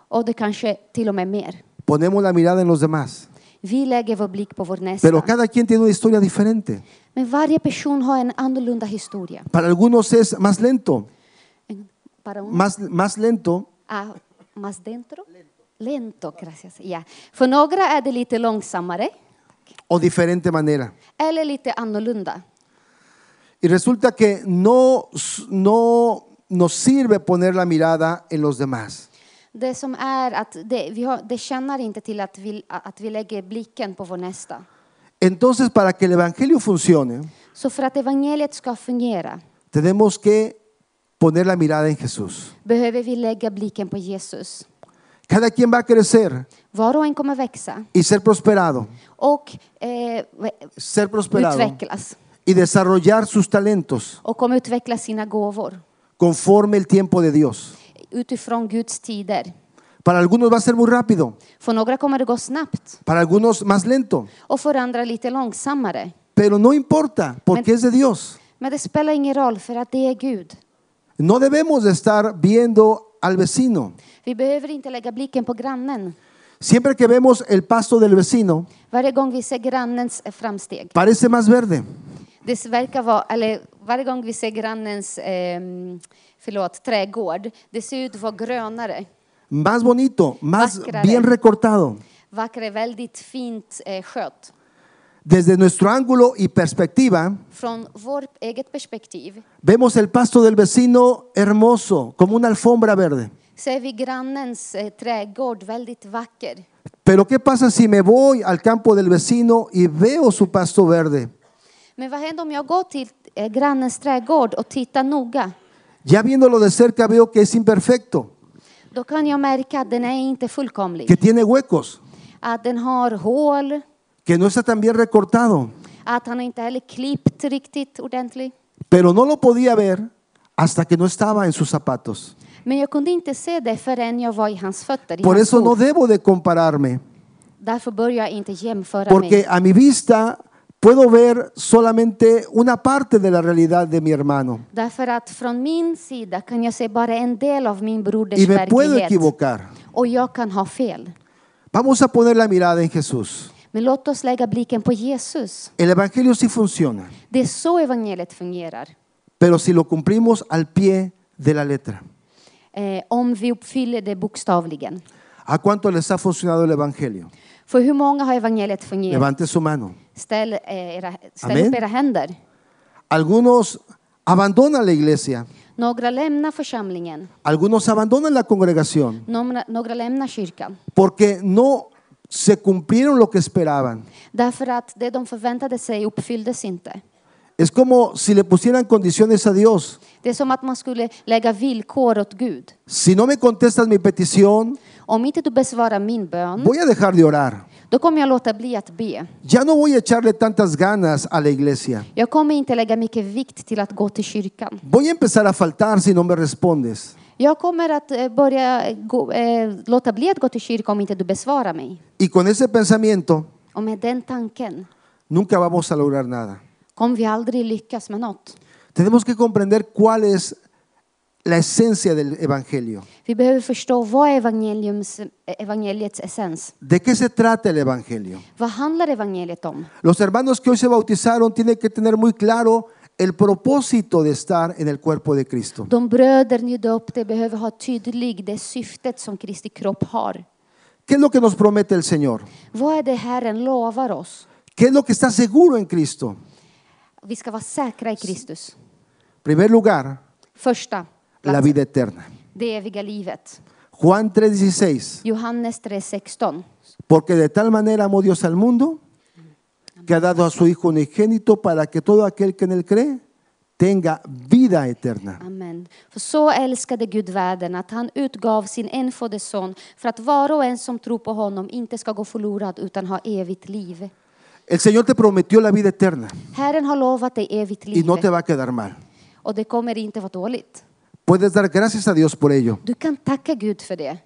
[SPEAKER 3] Och det kanske till och med mer.
[SPEAKER 2] Ponemos la mirada en los demás.
[SPEAKER 3] Vi lägger vår blick på vår nästa.
[SPEAKER 2] Pero cada quien tiene una historia diferente.
[SPEAKER 3] Men varje person har en annorlunda historia.
[SPEAKER 2] Para algunos es más lento,
[SPEAKER 3] En- Para un-
[SPEAKER 2] más, más lento,
[SPEAKER 3] Ah, más dentro? Lento, gracias. Ja. För några är det lite långsammare
[SPEAKER 2] o diferente manera.
[SPEAKER 3] eller lite annorlunda.
[SPEAKER 2] Y resulta que no, s- no nos sirve poner la mirada en los demás.
[SPEAKER 3] Det som är att det, vi har, det känner inte till att vi, att vi lägger blicken på vår nästa.
[SPEAKER 2] Entonces, para que el Evangelio funcione,
[SPEAKER 3] Så för att evangeliet ska fungera
[SPEAKER 2] tenemos que poner la mirada en Jesús.
[SPEAKER 3] behöver vi lägga blicken på Jesus.
[SPEAKER 2] Cada quien va a crecer
[SPEAKER 3] Var och en kommer växa
[SPEAKER 2] y ser prosperado,
[SPEAKER 3] och eh, vä-
[SPEAKER 2] ser prosperado
[SPEAKER 3] utvecklas
[SPEAKER 2] y desarrollar sus talentos
[SPEAKER 3] och kommer utveckla sina gåvor
[SPEAKER 2] conforme el tiempo de Dios.
[SPEAKER 3] utifrån Guds tider.
[SPEAKER 2] Para algunos va a ser muy rápido,
[SPEAKER 3] För några kommer det gå snabbt
[SPEAKER 2] para algunos más lento,
[SPEAKER 3] och för andra lite långsammare.
[SPEAKER 2] pero no importa porque es de Dios.
[SPEAKER 3] Men det spelar ingen roll för att det är Gud.
[SPEAKER 2] No debemos de estar viendo al vecino.
[SPEAKER 3] Vi behöver inte lägga blicken på grannen.
[SPEAKER 2] Siempre que vemos el pasto del vecino,
[SPEAKER 3] Varje gång vi ser grannens eh, framsteg,
[SPEAKER 2] parece más verde.
[SPEAKER 3] det verkar vara, eller varje gång vi ser grannens eh, förlåt, trädgård, det ser ut att vara grönare.
[SPEAKER 2] más bonito, más
[SPEAKER 3] Máscara
[SPEAKER 2] bien
[SPEAKER 3] de-
[SPEAKER 2] recortado.
[SPEAKER 3] Vackrare, väldigt fint eh, skött.
[SPEAKER 2] Desde nuestro ángulo y perspectiva,
[SPEAKER 3] Från vårt eget perspektiv
[SPEAKER 2] vemos el pasto del vecino hermoso, como una alfombra verde.
[SPEAKER 3] ser vi grannens eh, trädgård väldigt vacker.
[SPEAKER 2] Pero ¿qué pasa si me voy al campo del vecino y veo su pasto verde?
[SPEAKER 3] Men vad händer om jag går till eh, grannens trädgård och tittar noga?
[SPEAKER 2] Ya viéndolo de cerca veo que es imperfecto,
[SPEAKER 3] Då kan jag märka att den är inte fullkomlig.
[SPEAKER 2] que tiene huecos,
[SPEAKER 3] Att den har hål,
[SPEAKER 2] que no está tan bien recortado.
[SPEAKER 3] att han inte heller klippt riktigt ordentligt.
[SPEAKER 2] Pero no lo podía ver hasta que no estaba en sus zapatos.
[SPEAKER 3] Men jag kunde inte se det förrän jag var i hans fötter. I
[SPEAKER 2] Por
[SPEAKER 3] hans
[SPEAKER 2] eso no
[SPEAKER 3] skor.
[SPEAKER 2] debo de compararme,
[SPEAKER 3] Därför bör jag inte jämföra
[SPEAKER 2] porque
[SPEAKER 3] mig.
[SPEAKER 2] a mi vista puedo ver solamente una parte de la realidad de mi hermano.
[SPEAKER 3] Därför att från min sida kan jag se bara en del av min broders
[SPEAKER 2] y me puedo
[SPEAKER 3] verklighet.
[SPEAKER 2] equivocar.
[SPEAKER 3] Och jag kan ha fel.
[SPEAKER 2] Vamos a poner la mirada en Jesús.
[SPEAKER 3] Men låt oss lägga blicken på Jesus.
[SPEAKER 2] El Evangelio sí funciona,
[SPEAKER 3] Det är så evangeliet fungerar.
[SPEAKER 2] pero si lo cumplimos al pie de la letra.
[SPEAKER 3] Eh, om vi uppfyller det bokstavligen.
[SPEAKER 2] ¿A cuánto les ha funcionado el Evangelio?
[SPEAKER 3] För hur många har evangeliet fungerat?
[SPEAKER 2] Levante su mano.
[SPEAKER 3] Ställ, eh, era, ställ
[SPEAKER 2] Amen.
[SPEAKER 3] upp era händer.
[SPEAKER 2] Algunos abandonan la iglesia,
[SPEAKER 3] Några lämnar församlingen.
[SPEAKER 2] algunos abandonan la congregación
[SPEAKER 3] Några, några lämnar kyrkan.
[SPEAKER 2] porque no se cumplieron lo que esperaban.
[SPEAKER 3] Därför att det de förväntade sig uppfylldes inte.
[SPEAKER 2] Es como si le pusieran condiciones a Dios.
[SPEAKER 3] Det är som att man skulle lägga villkor åt Gud.
[SPEAKER 2] Si no me contestas mi petición,
[SPEAKER 3] Om inte du besvarar min bön,
[SPEAKER 2] voy a dejar de orar.
[SPEAKER 3] då kommer jag låta bli att be.
[SPEAKER 2] Ya no voy a echarle tantas ganas a la iglesia.
[SPEAKER 3] Jag kommer inte lägga mycket vikt till att gå till kyrkan.
[SPEAKER 2] Voy a empezar a faltar si no me respondes.
[SPEAKER 3] Jag kommer att eh, börja eh, gå, eh, låta bli att gå till kyrkan om inte du besvarar mig.
[SPEAKER 2] Y con ese pensamiento
[SPEAKER 3] Och med den tanken
[SPEAKER 2] nunca vamos a lograr nada.
[SPEAKER 3] kommer vi aldrig lyckas med något.
[SPEAKER 2] Tenemos que comprender cuál es la esencia del Evangelio.
[SPEAKER 3] Vi behöver förstå vad är evangeliums, eh, evangeliets essens.
[SPEAKER 2] ¿De qué se trata el Evangelio?
[SPEAKER 3] Vad handlar evangeliet om?
[SPEAKER 2] Los hermanos que hoy se bautizaron tienen que tener muy claro el propósito de estar en el cuerpo de Cristo.
[SPEAKER 3] De bröder ni döpte behöver ha tydlig det syftet som Kristi kropp har.
[SPEAKER 2] ¿Qué es lo que nos promete el Señor?
[SPEAKER 3] Vad är det Herren lovar oss?
[SPEAKER 2] ¿Qué es lo que está seguro en Cristo?
[SPEAKER 3] Vi ska vara säkra i Kristus.
[SPEAKER 2] En primer lugar,
[SPEAKER 3] Första,
[SPEAKER 2] la
[SPEAKER 3] platsen,
[SPEAKER 2] vida eterna.
[SPEAKER 3] det eviga livet.
[SPEAKER 2] Juan 3:16,
[SPEAKER 3] Johannes 3.16.
[SPEAKER 2] porque de tal manera amó Dios al mundo que ha dado a su Hijo unigénito para que todo aquel que en él cree tenga vida eterna.
[SPEAKER 3] Amen. För så älskade Gud världen att han utgav sin enfödde son för att var och en som tror på honom inte ska gå förlorad utan ha evigt liv.
[SPEAKER 2] El Señor te prometió la vida eterna
[SPEAKER 3] Herren har lovat dig evigt
[SPEAKER 2] y
[SPEAKER 3] liv
[SPEAKER 2] no te va a quedar mal.
[SPEAKER 3] och det kommer inte vara dåligt.
[SPEAKER 2] Puedes dar gracias a Dios por ello.
[SPEAKER 3] Du kan tacka Gud för det.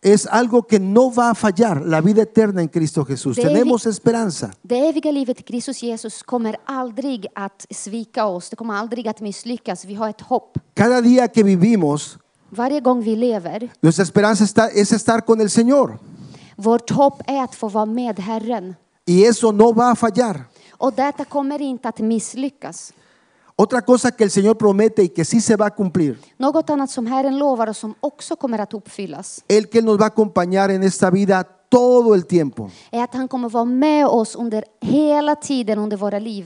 [SPEAKER 2] Es algo que no va a fallar, la vida eterna en Cristo Jesús.
[SPEAKER 3] David-
[SPEAKER 2] Tenemos esperanza.
[SPEAKER 3] Det eviga livet i Kristus Jesus kommer aldrig att svika oss. Det kommer aldrig att misslyckas. Vi har ett hopp.
[SPEAKER 2] Cada día que vivimos,
[SPEAKER 3] Varje gång vi lever,
[SPEAKER 2] nuestra esperanza está- es estar con el Señor
[SPEAKER 3] vårt hopp är att få vara med Herren.
[SPEAKER 2] y eso no va a fallar.
[SPEAKER 3] Och detta kommer inte att misslyckas.
[SPEAKER 2] Otra cosa que el Señor promete y que sí se va a cumplir
[SPEAKER 3] Något annat som Herren lovar och som också kommer att uppfyllas
[SPEAKER 2] el que nos va a acompañar en esta vida todo el tiempo.
[SPEAKER 3] är att han kommer vara med oss under hela tiden under våra liv.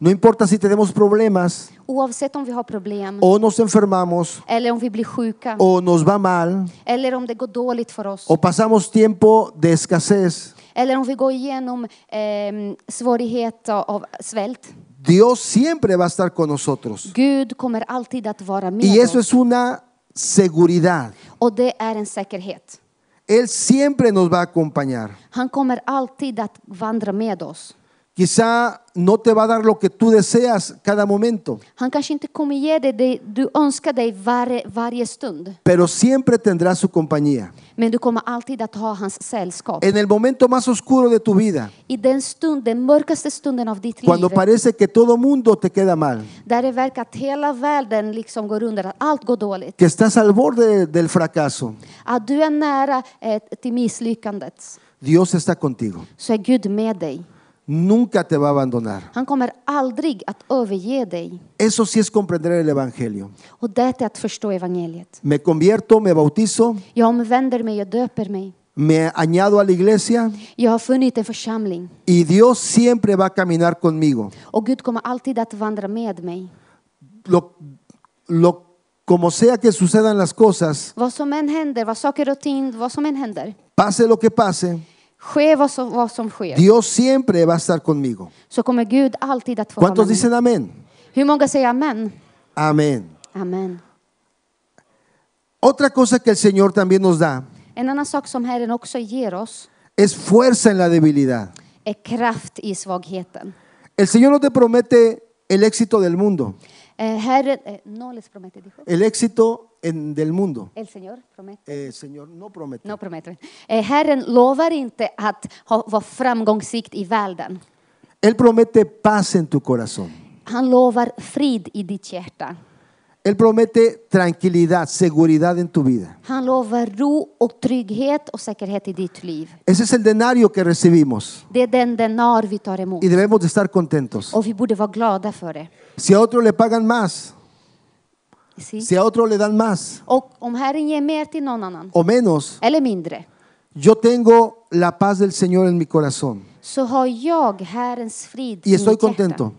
[SPEAKER 2] No importa si tenemos problemas
[SPEAKER 3] Oavsett om vi har problem
[SPEAKER 2] o nos enfermamos
[SPEAKER 3] eller om vi blir sjuka
[SPEAKER 2] o nos va mal
[SPEAKER 3] eller om det går dåligt för oss
[SPEAKER 2] o pasamos tiempo de escasez.
[SPEAKER 3] eller om vi går igenom eh, svårigheter av svält.
[SPEAKER 2] Dios siempre va a estar con nosotros.
[SPEAKER 3] Gud kommer alltid att vara med
[SPEAKER 2] Y eso
[SPEAKER 3] oss.
[SPEAKER 2] es una seguridad.
[SPEAKER 3] Och det är en säkerhet.
[SPEAKER 2] Él siempre nos va a acompañar.
[SPEAKER 3] Han kommer alltid att vandra med oss.
[SPEAKER 2] Quizá no te va a dar lo que tú deseas cada momento,
[SPEAKER 3] Han kanske inte kommer ge dig det du önskar dig varje, varje stund.
[SPEAKER 2] pero siempre tendrás su compañía.
[SPEAKER 3] Men du kommer alltid att ha hans sällskap.
[SPEAKER 2] En el momento más oscuro de tu vida,
[SPEAKER 3] I den stund, den mörkaste stunden av ditt
[SPEAKER 2] cuando
[SPEAKER 3] liv,
[SPEAKER 2] parece que todo mundo te queda mal,
[SPEAKER 3] där det verkar att hela världen liksom går under, att allt går dåligt.
[SPEAKER 2] que estás al borde del fracaso,
[SPEAKER 3] Att du är nära eh, till misslyckandet,
[SPEAKER 2] Dios está contigo.
[SPEAKER 3] så är Gud med dig.
[SPEAKER 2] Nunca te va a abandonar.
[SPEAKER 3] Han kommer aldrig att överge dig.
[SPEAKER 2] Eso sí es comprender el Evangelio.
[SPEAKER 3] Och det är att förstå evangeliet.
[SPEAKER 2] Me convierto, me bautizo,
[SPEAKER 3] Jag omvänder mig, jag döper mig.
[SPEAKER 2] me añado a la iglesia
[SPEAKER 3] Jag har funnit en församling
[SPEAKER 2] y Dios siempre va a caminar conmigo.
[SPEAKER 3] och Gud kommer alltid att vandra med mig.
[SPEAKER 2] Lo, lo- como sea que sucedan las cosas,
[SPEAKER 3] Vad som än händer, vad saker och ting, vad som än händer,
[SPEAKER 2] pase lo que pase,
[SPEAKER 3] ske vad som, vad som sker,
[SPEAKER 2] Dios siempre va a estar conmigo.
[SPEAKER 3] så kommer Gud alltid att få vara med
[SPEAKER 2] ¿Cuántos
[SPEAKER 3] mig.
[SPEAKER 2] dicen amén?
[SPEAKER 3] Hur många säger amen?
[SPEAKER 2] Amén.
[SPEAKER 3] Amen.
[SPEAKER 2] Otra cosa que el Señor también nos da
[SPEAKER 3] En annan sak som Herren också ger oss
[SPEAKER 2] es fuerza en la debilidad.
[SPEAKER 3] är kraft i svagheten.
[SPEAKER 2] El Señor no te promete el éxito del mundo,
[SPEAKER 3] Eh, Herren, eh, no les promete dijo.
[SPEAKER 2] el éxito en- del mundo.
[SPEAKER 3] El Señor promete.
[SPEAKER 2] Eh, el Señor no promete.
[SPEAKER 3] No promete. Eh, Herren lovar inte att ha, vara framgångsrik i världen.
[SPEAKER 2] Él promete paz en tu corazón.
[SPEAKER 3] Han lovar frid i ditt hjärta.
[SPEAKER 2] Él promete tranquilidad, seguridad en tu vida.
[SPEAKER 3] Han lovar ro och trygghet och säkerhet i ditt liv.
[SPEAKER 2] Ese es el denario que recibimos
[SPEAKER 3] Det är den denar vi tar emot.
[SPEAKER 2] y debemos de estar contentos.
[SPEAKER 3] Och vi borde vara glada för det.
[SPEAKER 2] Si a otro le pagan más,
[SPEAKER 3] Si?
[SPEAKER 2] si a otro le dan más
[SPEAKER 3] Och om Herren ger mer till någon annan,
[SPEAKER 2] o menos,
[SPEAKER 3] eller mindre,
[SPEAKER 2] yo tengo la paz del Señor en mi corazón
[SPEAKER 3] så har jag Herrens frid
[SPEAKER 2] y
[SPEAKER 3] i
[SPEAKER 2] estoy
[SPEAKER 3] mitt hjärta.
[SPEAKER 2] contento.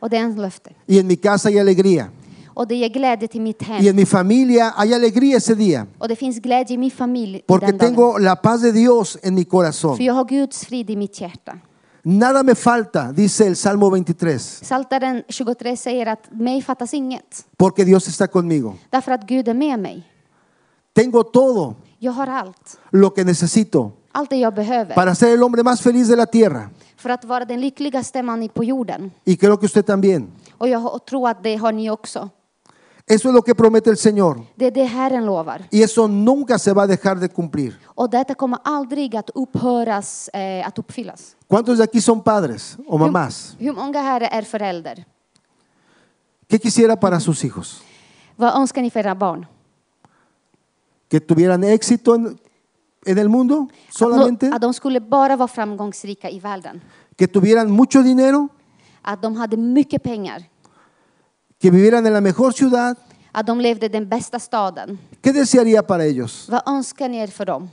[SPEAKER 3] Och det är en löfte.
[SPEAKER 2] Y en mi casa hay alegría.
[SPEAKER 3] Och det ger glädje till mitt
[SPEAKER 2] Y en
[SPEAKER 3] hem.
[SPEAKER 2] mi familia hay alegría ese día.
[SPEAKER 3] Och det finns glädje i min familj i
[SPEAKER 2] Porque
[SPEAKER 3] den dagen.
[SPEAKER 2] tengo la paz de Dios en mi corazón.
[SPEAKER 3] För jag har Guds frid i mitt hjärta.
[SPEAKER 2] Nada me falta, dice el Salmo 23,
[SPEAKER 3] Psaltaren 23 säger att mig fattas inget,
[SPEAKER 2] porque Dios está conmigo.
[SPEAKER 3] därför att Gud är med mig.
[SPEAKER 2] Tengo todo
[SPEAKER 3] Jag har allt,
[SPEAKER 2] lo que necesito
[SPEAKER 3] allt det jag behöver
[SPEAKER 2] para ser el hombre más feliz de la tierra.
[SPEAKER 3] för att vara den lyckligaste man i- på jorden.
[SPEAKER 2] Y creo que usted también.
[SPEAKER 3] Och jag har- och tror att det har ni också.
[SPEAKER 2] Eso es lo que promete el Señor.
[SPEAKER 3] Det är det Herren lovar.
[SPEAKER 2] Y eso nunca se va a dejar de cumplir.
[SPEAKER 3] Och detta kommer aldrig att upphöras, eh, att uppfyllas.
[SPEAKER 2] ¿Cuántos de aquí son padres o
[SPEAKER 3] Hur-
[SPEAKER 2] mamás?
[SPEAKER 3] Hur många här är förälder?
[SPEAKER 2] ¿Qué quisiera para sus hijos?
[SPEAKER 3] Vad önskar ni för era barn?
[SPEAKER 2] ¿Que tuvieran éxito en, en el mundo solamente?
[SPEAKER 3] Att, nå- att de skulle bara vara framgångsrika i världen.
[SPEAKER 2] ¿Que tuvieran mucho dinero?
[SPEAKER 3] Att de hade mycket pengar.
[SPEAKER 2] ¿Que vivieran en la mejor ciudad?
[SPEAKER 3] Att de levde i den bästa staden.
[SPEAKER 2] ¿Qué desearía para ellos?
[SPEAKER 3] Vad önskar ni er för dem?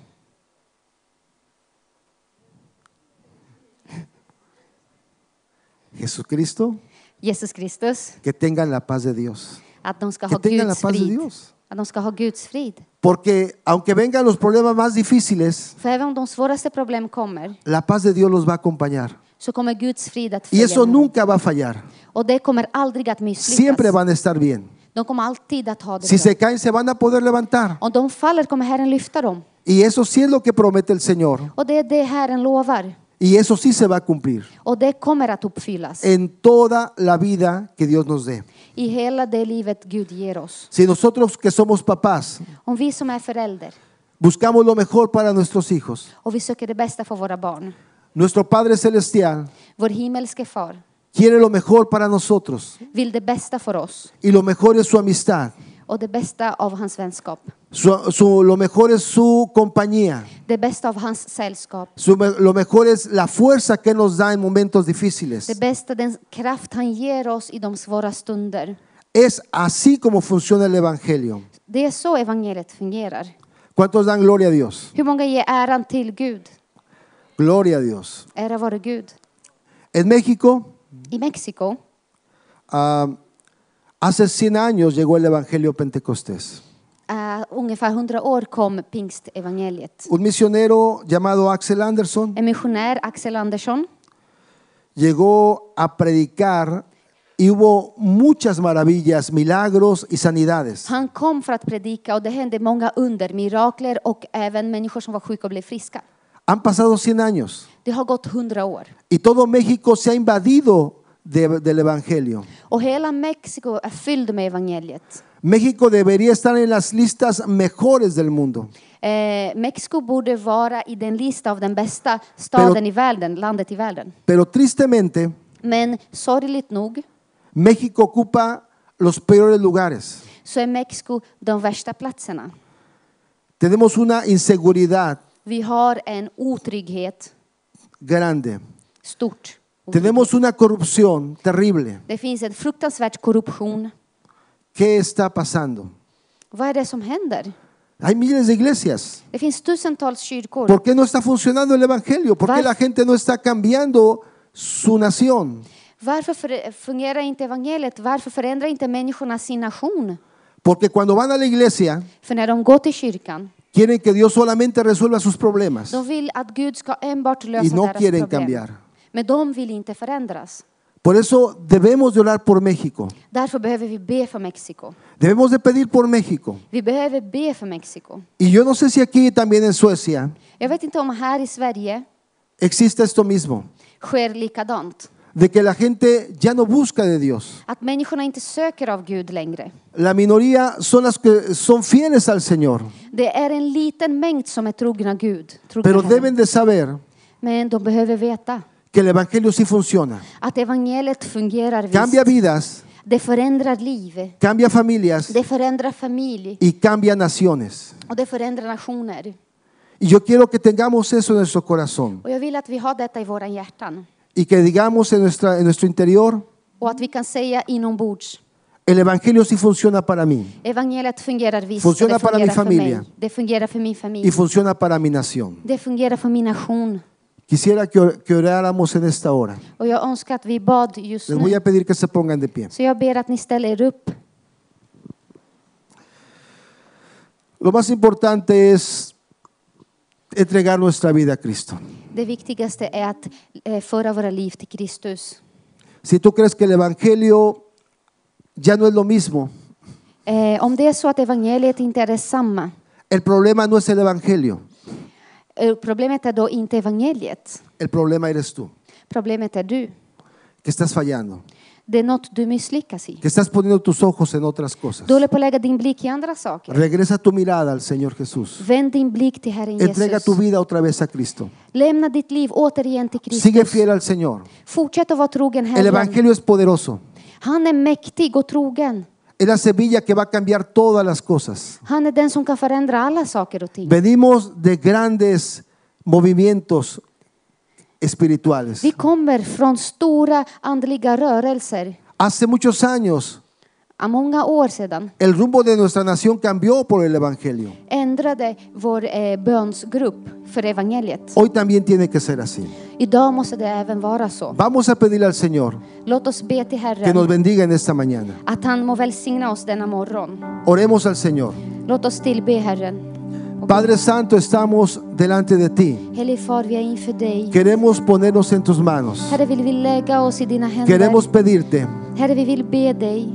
[SPEAKER 2] Jesucristo,
[SPEAKER 3] Jesus Kristus,
[SPEAKER 2] que tengan la paz de Dios.
[SPEAKER 3] att de ska
[SPEAKER 2] Que
[SPEAKER 3] ha
[SPEAKER 2] tengan la
[SPEAKER 3] Guds
[SPEAKER 2] paz de
[SPEAKER 3] frid.
[SPEAKER 2] Dios.
[SPEAKER 3] Att de ska ha Guds frid.
[SPEAKER 2] Porque aunque vengan los problemas más difíciles,
[SPEAKER 3] För även om de svåraste problem kommer
[SPEAKER 2] la paz de Dios los va a acompañar.
[SPEAKER 3] så kommer Guds frid att
[SPEAKER 2] Y
[SPEAKER 3] följa
[SPEAKER 2] eso
[SPEAKER 3] med dem.
[SPEAKER 2] nunca va a fallar.
[SPEAKER 3] Och det kommer aldrig att
[SPEAKER 2] Siempre
[SPEAKER 3] misslyckas.
[SPEAKER 2] van a estar bien.
[SPEAKER 3] De kommer alltid att ha det
[SPEAKER 2] Si
[SPEAKER 3] bra.
[SPEAKER 2] se caen, se van a poder levantar.
[SPEAKER 3] Om de faller kommer Herren lyfta dem.
[SPEAKER 2] Y eso sí es lo que promete el Señor.
[SPEAKER 3] Och det är det Herren lovar.
[SPEAKER 2] Y eso sí se va a cumplir
[SPEAKER 3] Och det kommer att uppfyllas
[SPEAKER 2] en toda la vida que Dios nos dé.
[SPEAKER 3] i hela det livet Gud ger oss.
[SPEAKER 2] Si nosotros que somos papás
[SPEAKER 3] Om vi som är förälder
[SPEAKER 2] buscamos lo mejor para nuestros hijos,
[SPEAKER 3] och vi söker det bästa för våra barn.
[SPEAKER 2] nuestro Padre Celestial
[SPEAKER 3] Vår himmelske far
[SPEAKER 2] quiere lo mejor para nosotros.
[SPEAKER 3] vill det bästa för oss
[SPEAKER 2] Y lo mejor es su amistad.
[SPEAKER 3] och det bästa av hans vänskap.
[SPEAKER 2] Su- su- lo mejor es su compañía.
[SPEAKER 3] Det bästa av hans sällskap.
[SPEAKER 2] Su- lo mejor es la fuerza que nos da en momentos
[SPEAKER 3] Det
[SPEAKER 2] difíciles.
[SPEAKER 3] bästa, den kraft han ger oss i de svåra stunder.
[SPEAKER 2] Es así como funciona el Evangelio.
[SPEAKER 3] Det är så evangeliet fungerar.
[SPEAKER 2] ¿Cuántos dan gloria a Dios?
[SPEAKER 3] Hur många ger äran till Gud?
[SPEAKER 2] Gloria a Dios.
[SPEAKER 3] Ära vare Gud.
[SPEAKER 2] En México,
[SPEAKER 3] I Mexiko,
[SPEAKER 2] ah, hace 100 años llegó el Evangelio Pentecostés.
[SPEAKER 3] eh, ungefär hundra år, kom pingstevangeliet.
[SPEAKER 2] Un misionero llamado Axel Anderson
[SPEAKER 3] En missionär, Axel Andersson,
[SPEAKER 2] llegó a predicar y hubo muchas maravillas, milagros y sanidades.
[SPEAKER 3] han kom för att predika och det hände många under, mirakler och även människor som var sjuka och blev friska.
[SPEAKER 2] Han pasado 100 años.
[SPEAKER 3] Det Det har gått hundra år.
[SPEAKER 2] Y todo México se ha invadido de- del Evangelio.
[SPEAKER 3] Och hela Mexiko är fylld med evangeliet.
[SPEAKER 2] México debería estar en las listas mejores del mundo.
[SPEAKER 3] Eh, Mexiko borde vara i den lista av den bästa staden
[SPEAKER 2] Pero-
[SPEAKER 3] i världen, landet i världen.
[SPEAKER 2] Pero tristemente,
[SPEAKER 3] Men sorgligt nog
[SPEAKER 2] México ocupa los peores lugares.
[SPEAKER 3] så är Mexiko de värsta platserna.
[SPEAKER 2] Tenemos una inseguridad
[SPEAKER 3] Vi har en otrygghet,
[SPEAKER 2] grande.
[SPEAKER 3] stort.
[SPEAKER 2] Tenemos una corrupción terrible.
[SPEAKER 3] Det finns en fruktansvärd korruption.
[SPEAKER 2] ¿Qué está pasando?
[SPEAKER 3] Vad är det som händer?
[SPEAKER 2] Hay miles de iglesias.
[SPEAKER 3] Det finns tusentals kyrkor.
[SPEAKER 2] ¿Por qué no está funcionando el Evangelio? ¿Por qué
[SPEAKER 3] Vas-
[SPEAKER 2] la gente no está cambiando su nación?
[SPEAKER 3] Varför för- fungerar inte evangeliet? Varför förändrar inte människorna sin nation?
[SPEAKER 2] Porque cuando van a la iglesia,
[SPEAKER 3] För när de går till kyrkan,
[SPEAKER 2] quieren que Dios solamente resuelva sus problemas.
[SPEAKER 3] de vill att Gud ska enbart
[SPEAKER 2] Y
[SPEAKER 3] lösa
[SPEAKER 2] no
[SPEAKER 3] deras
[SPEAKER 2] quieren
[SPEAKER 3] problem.
[SPEAKER 2] cambiar.
[SPEAKER 3] Men de vill inte förändras.
[SPEAKER 2] Por eso debemos de orar por México.
[SPEAKER 3] Därför behöver vi be för Mexiko.
[SPEAKER 2] Debemos de pedir por México.
[SPEAKER 3] Vi behöver be för Mexiko.
[SPEAKER 2] Y yo no sé si aquí también en Suecia
[SPEAKER 3] Jag vet inte om här i Sverige
[SPEAKER 2] existe esto mismo,
[SPEAKER 3] sker likadant.
[SPEAKER 2] de que la gente ya no busca de Dios.
[SPEAKER 3] Att människorna inte söker av Gud längre.
[SPEAKER 2] La minoría son las que son fieles al Señor,
[SPEAKER 3] Det är en liten mängd som är trogna Gud. Trogna
[SPEAKER 2] pero
[SPEAKER 3] honom.
[SPEAKER 2] deben de saber
[SPEAKER 3] Men de behöver veta
[SPEAKER 2] que el Evangelio sí funciona.
[SPEAKER 3] att evangeliet fungerar
[SPEAKER 2] Cambia
[SPEAKER 3] visst.
[SPEAKER 2] vidas,
[SPEAKER 3] Det förändrar liv.
[SPEAKER 2] cambia familias
[SPEAKER 3] Det förändrar familj.
[SPEAKER 2] y cambia naciones.
[SPEAKER 3] Och det förändrar nationer.
[SPEAKER 2] Y yo quiero que tengamos eso en nuestro corazón
[SPEAKER 3] Och jag vill att vi har detta i våra hjärtan.
[SPEAKER 2] y que digamos en, nuestra, en nuestro interior,
[SPEAKER 3] Och att vi kan säga inombords.
[SPEAKER 2] el Evangelio sí funciona para mí
[SPEAKER 3] Evangeliet fungerar visst. och
[SPEAKER 2] Funciona
[SPEAKER 3] det
[SPEAKER 2] para
[SPEAKER 3] fungerar
[SPEAKER 2] mi familia.
[SPEAKER 3] För mig. Det fungerar för min
[SPEAKER 2] y
[SPEAKER 3] familj.
[SPEAKER 2] funciona para mi nación.
[SPEAKER 3] Det fungerar för min nation.
[SPEAKER 2] Quisiera que, or- que oráramos en esta hora.
[SPEAKER 3] Och jag önskar att vi bad just
[SPEAKER 2] Les voy
[SPEAKER 3] nu.
[SPEAKER 2] a pedir que se pongan de pie.
[SPEAKER 3] Så jag ber att ni ställer er upp.
[SPEAKER 2] Lo más importante es entregar nuestra vida a Cristo.
[SPEAKER 3] Det viktigaste är att eh, föra våra liv till Kristus.
[SPEAKER 2] Si tú crees que el Evangelio ya no es lo mismo,
[SPEAKER 3] Eh, om det är så att evangeliet inte är detsamma,
[SPEAKER 2] el problema no es el Evangelio,
[SPEAKER 3] eh, problemet är då inte evangeliet.
[SPEAKER 2] el problema eres tú,
[SPEAKER 3] Problemet är du.
[SPEAKER 2] que estás fallando,
[SPEAKER 3] Det är något du misslyckas i.
[SPEAKER 2] que estás poniendo tus ojos en otras cosas.
[SPEAKER 3] Du håller på att lägga din blick i andra saker.
[SPEAKER 2] Regresa tu mirada al Señor Jesús.
[SPEAKER 3] Vänd din blick till Herren
[SPEAKER 2] Entrega tu
[SPEAKER 3] Jesus.
[SPEAKER 2] vida otra vez a Cristo.
[SPEAKER 3] Lämna ditt liv återigen till
[SPEAKER 2] Sigue
[SPEAKER 3] Kristus.
[SPEAKER 2] fiel al Señor.
[SPEAKER 3] Fortsätt att vara trogen
[SPEAKER 2] El
[SPEAKER 3] Herren.
[SPEAKER 2] Evangelio es poderoso.
[SPEAKER 3] Han är mäktig och trogen.
[SPEAKER 2] Es la semilla que va a cambiar todas las cosas.
[SPEAKER 3] Han är den som kan förändra alla saker och ting.
[SPEAKER 2] Venimos de grandes movimientos espirituales.
[SPEAKER 3] Vi kommer från stora andliga rörelser.
[SPEAKER 2] Hace muchos años
[SPEAKER 3] Ja, Många år sedan
[SPEAKER 2] el rumbo de nuestra nación cambió por el Evangelio.
[SPEAKER 3] ändrade vår eh, bönsgrupp för evangeliet.
[SPEAKER 2] Hoy también tiene que ser así.
[SPEAKER 3] Idag måste det även vara så.
[SPEAKER 2] Vamos a pedirle al Señor
[SPEAKER 3] Låt oss be till
[SPEAKER 2] que nos
[SPEAKER 3] Herren
[SPEAKER 2] bendiga en esta mañana.
[SPEAKER 3] att han må välsigna oss denna morgon.
[SPEAKER 2] Oremos al Señor.
[SPEAKER 3] Låt oss tillbe Herren.
[SPEAKER 2] Padre Santo, estamos delante de ti.
[SPEAKER 3] Helig Far, vi är inför dig.
[SPEAKER 2] Queremos ponernos en tus manos.
[SPEAKER 3] Herre, vill vi lägga oss i dina
[SPEAKER 2] Queremos
[SPEAKER 3] händer.
[SPEAKER 2] pedirte
[SPEAKER 3] Herre, vi vill be dig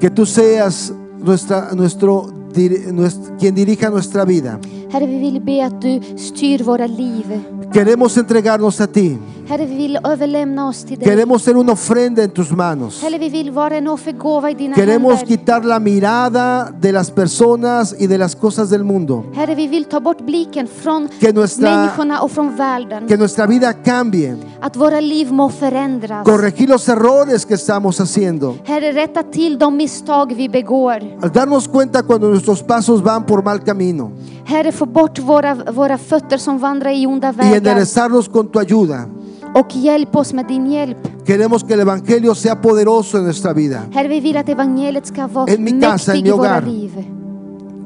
[SPEAKER 2] que tú seas nuestra, nuestro, dir- nues- quien dirija nuestra vida.
[SPEAKER 3] Herre, vi vill be att du styr våra liv.
[SPEAKER 2] Queremos entregarnos a ti.
[SPEAKER 3] Herre, vi vill överlämna oss till dig.
[SPEAKER 2] Queremos ser una ofrenda en tus manos.
[SPEAKER 3] Herre, vi vill vara en offergåva i dina
[SPEAKER 2] Queremos
[SPEAKER 3] händer.
[SPEAKER 2] quitar la mirada de las personas y de las cosas del mundo.
[SPEAKER 3] Herre, vi vill ta bort blicken från
[SPEAKER 2] Que nuestra-
[SPEAKER 3] människorna och från världen.
[SPEAKER 2] Que nuestra vida cambie.
[SPEAKER 3] Att våra liv må förändras.
[SPEAKER 2] Corregir los errores que estamos haciendo.
[SPEAKER 3] Herre, rätta till de misstag vi begår.
[SPEAKER 2] Al darnos cuenta cuando nuestros pasos van por mal camino.
[SPEAKER 3] Herre, få bort våra, våra fötter som vandrar i onda
[SPEAKER 2] Y
[SPEAKER 3] vägar.
[SPEAKER 2] enderezarnos con tu ayuda.
[SPEAKER 3] Och hjälp oss med din hjälp.
[SPEAKER 2] Queremos que el Evangelio sea poderoso en nuestra vida.
[SPEAKER 3] Herre, vi vill att evangeliet ska vara
[SPEAKER 2] En mi casa, en
[SPEAKER 3] mäktig
[SPEAKER 2] mi
[SPEAKER 3] i våra
[SPEAKER 2] hogar.
[SPEAKER 3] liv.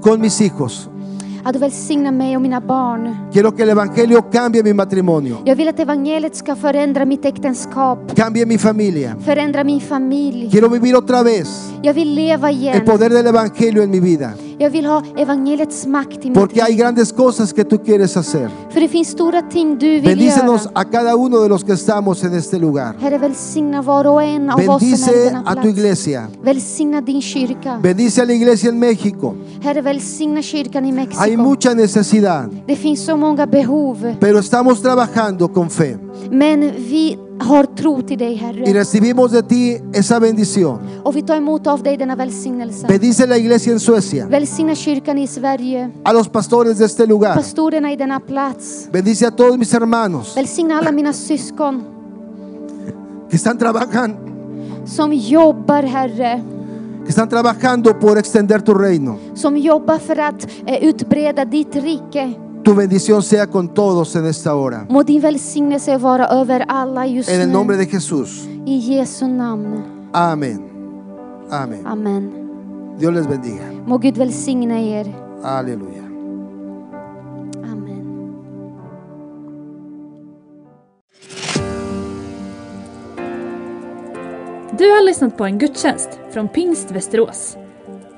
[SPEAKER 2] Con mis hijos.
[SPEAKER 3] Att du välsignar mig och mina barn.
[SPEAKER 2] Quiero que el Evangelio cambie mi matrimonio.
[SPEAKER 3] Jag vill att evangeliet ska förändra mitt äktenskap,
[SPEAKER 2] Cambie mi familia.
[SPEAKER 3] förändra min familj.
[SPEAKER 2] Quiero vivir otra vez
[SPEAKER 3] Jag vill leva
[SPEAKER 2] el
[SPEAKER 3] igen.
[SPEAKER 2] poder del Evangelio en mi vida.
[SPEAKER 3] Jag vill ha evangeliets makt i mitt
[SPEAKER 2] Porque hay
[SPEAKER 3] liv.
[SPEAKER 2] grandes cosas que tú quieres hacer.
[SPEAKER 3] För det finns stora ting du vill göra.
[SPEAKER 2] Bendícenos a cada uno de los que estamos en este lugar.
[SPEAKER 3] Herre, välsigna var och en av oss som är i
[SPEAKER 2] Bendice
[SPEAKER 3] denna
[SPEAKER 2] a
[SPEAKER 3] plats.
[SPEAKER 2] tu iglesia.
[SPEAKER 3] Välsigna din kyrka.
[SPEAKER 2] Bendice a la iglesia en México.
[SPEAKER 3] Herre, välsigna kyrkan i Mexiko.
[SPEAKER 2] Hay mucha necesidad,
[SPEAKER 3] Det finns så många behov.
[SPEAKER 2] pero estamos trabajando con fe
[SPEAKER 3] Men vi har tro till dig,
[SPEAKER 2] y
[SPEAKER 3] Herre.
[SPEAKER 2] recibimos de ti esa bendición.
[SPEAKER 3] Och vi tar emot av dig denna välsignelse.
[SPEAKER 2] Bendice la iglesia en Suecia,
[SPEAKER 3] Välsigna kyrkan i Sverige.
[SPEAKER 2] a los pastores de este lugar.
[SPEAKER 3] Pastorerna i denna plats.
[SPEAKER 2] Bendice a todos mis hermanos
[SPEAKER 3] Välsigna alla mina syskon
[SPEAKER 2] que están trabajando,
[SPEAKER 3] som jobbar, Herre.
[SPEAKER 2] que están trabajando por extender tu reino.
[SPEAKER 3] Som jobbar för att eh, utbreda ditt rike.
[SPEAKER 2] Tu bendición sea con todos en esta hora.
[SPEAKER 3] Må din välsignelse vara över alla just
[SPEAKER 2] En el nombre
[SPEAKER 3] nu.
[SPEAKER 2] de Jesús.
[SPEAKER 3] I Jesu namn.
[SPEAKER 2] Amén. Amén.
[SPEAKER 3] Amen.
[SPEAKER 2] Dios les bendiga.
[SPEAKER 3] Må Gud välsigna er.
[SPEAKER 2] Aleluya.
[SPEAKER 3] Amen.
[SPEAKER 1] Du har lyssnat på en gudstjänst från Pingst Västerås.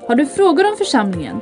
[SPEAKER 1] Har du frågor om församlingen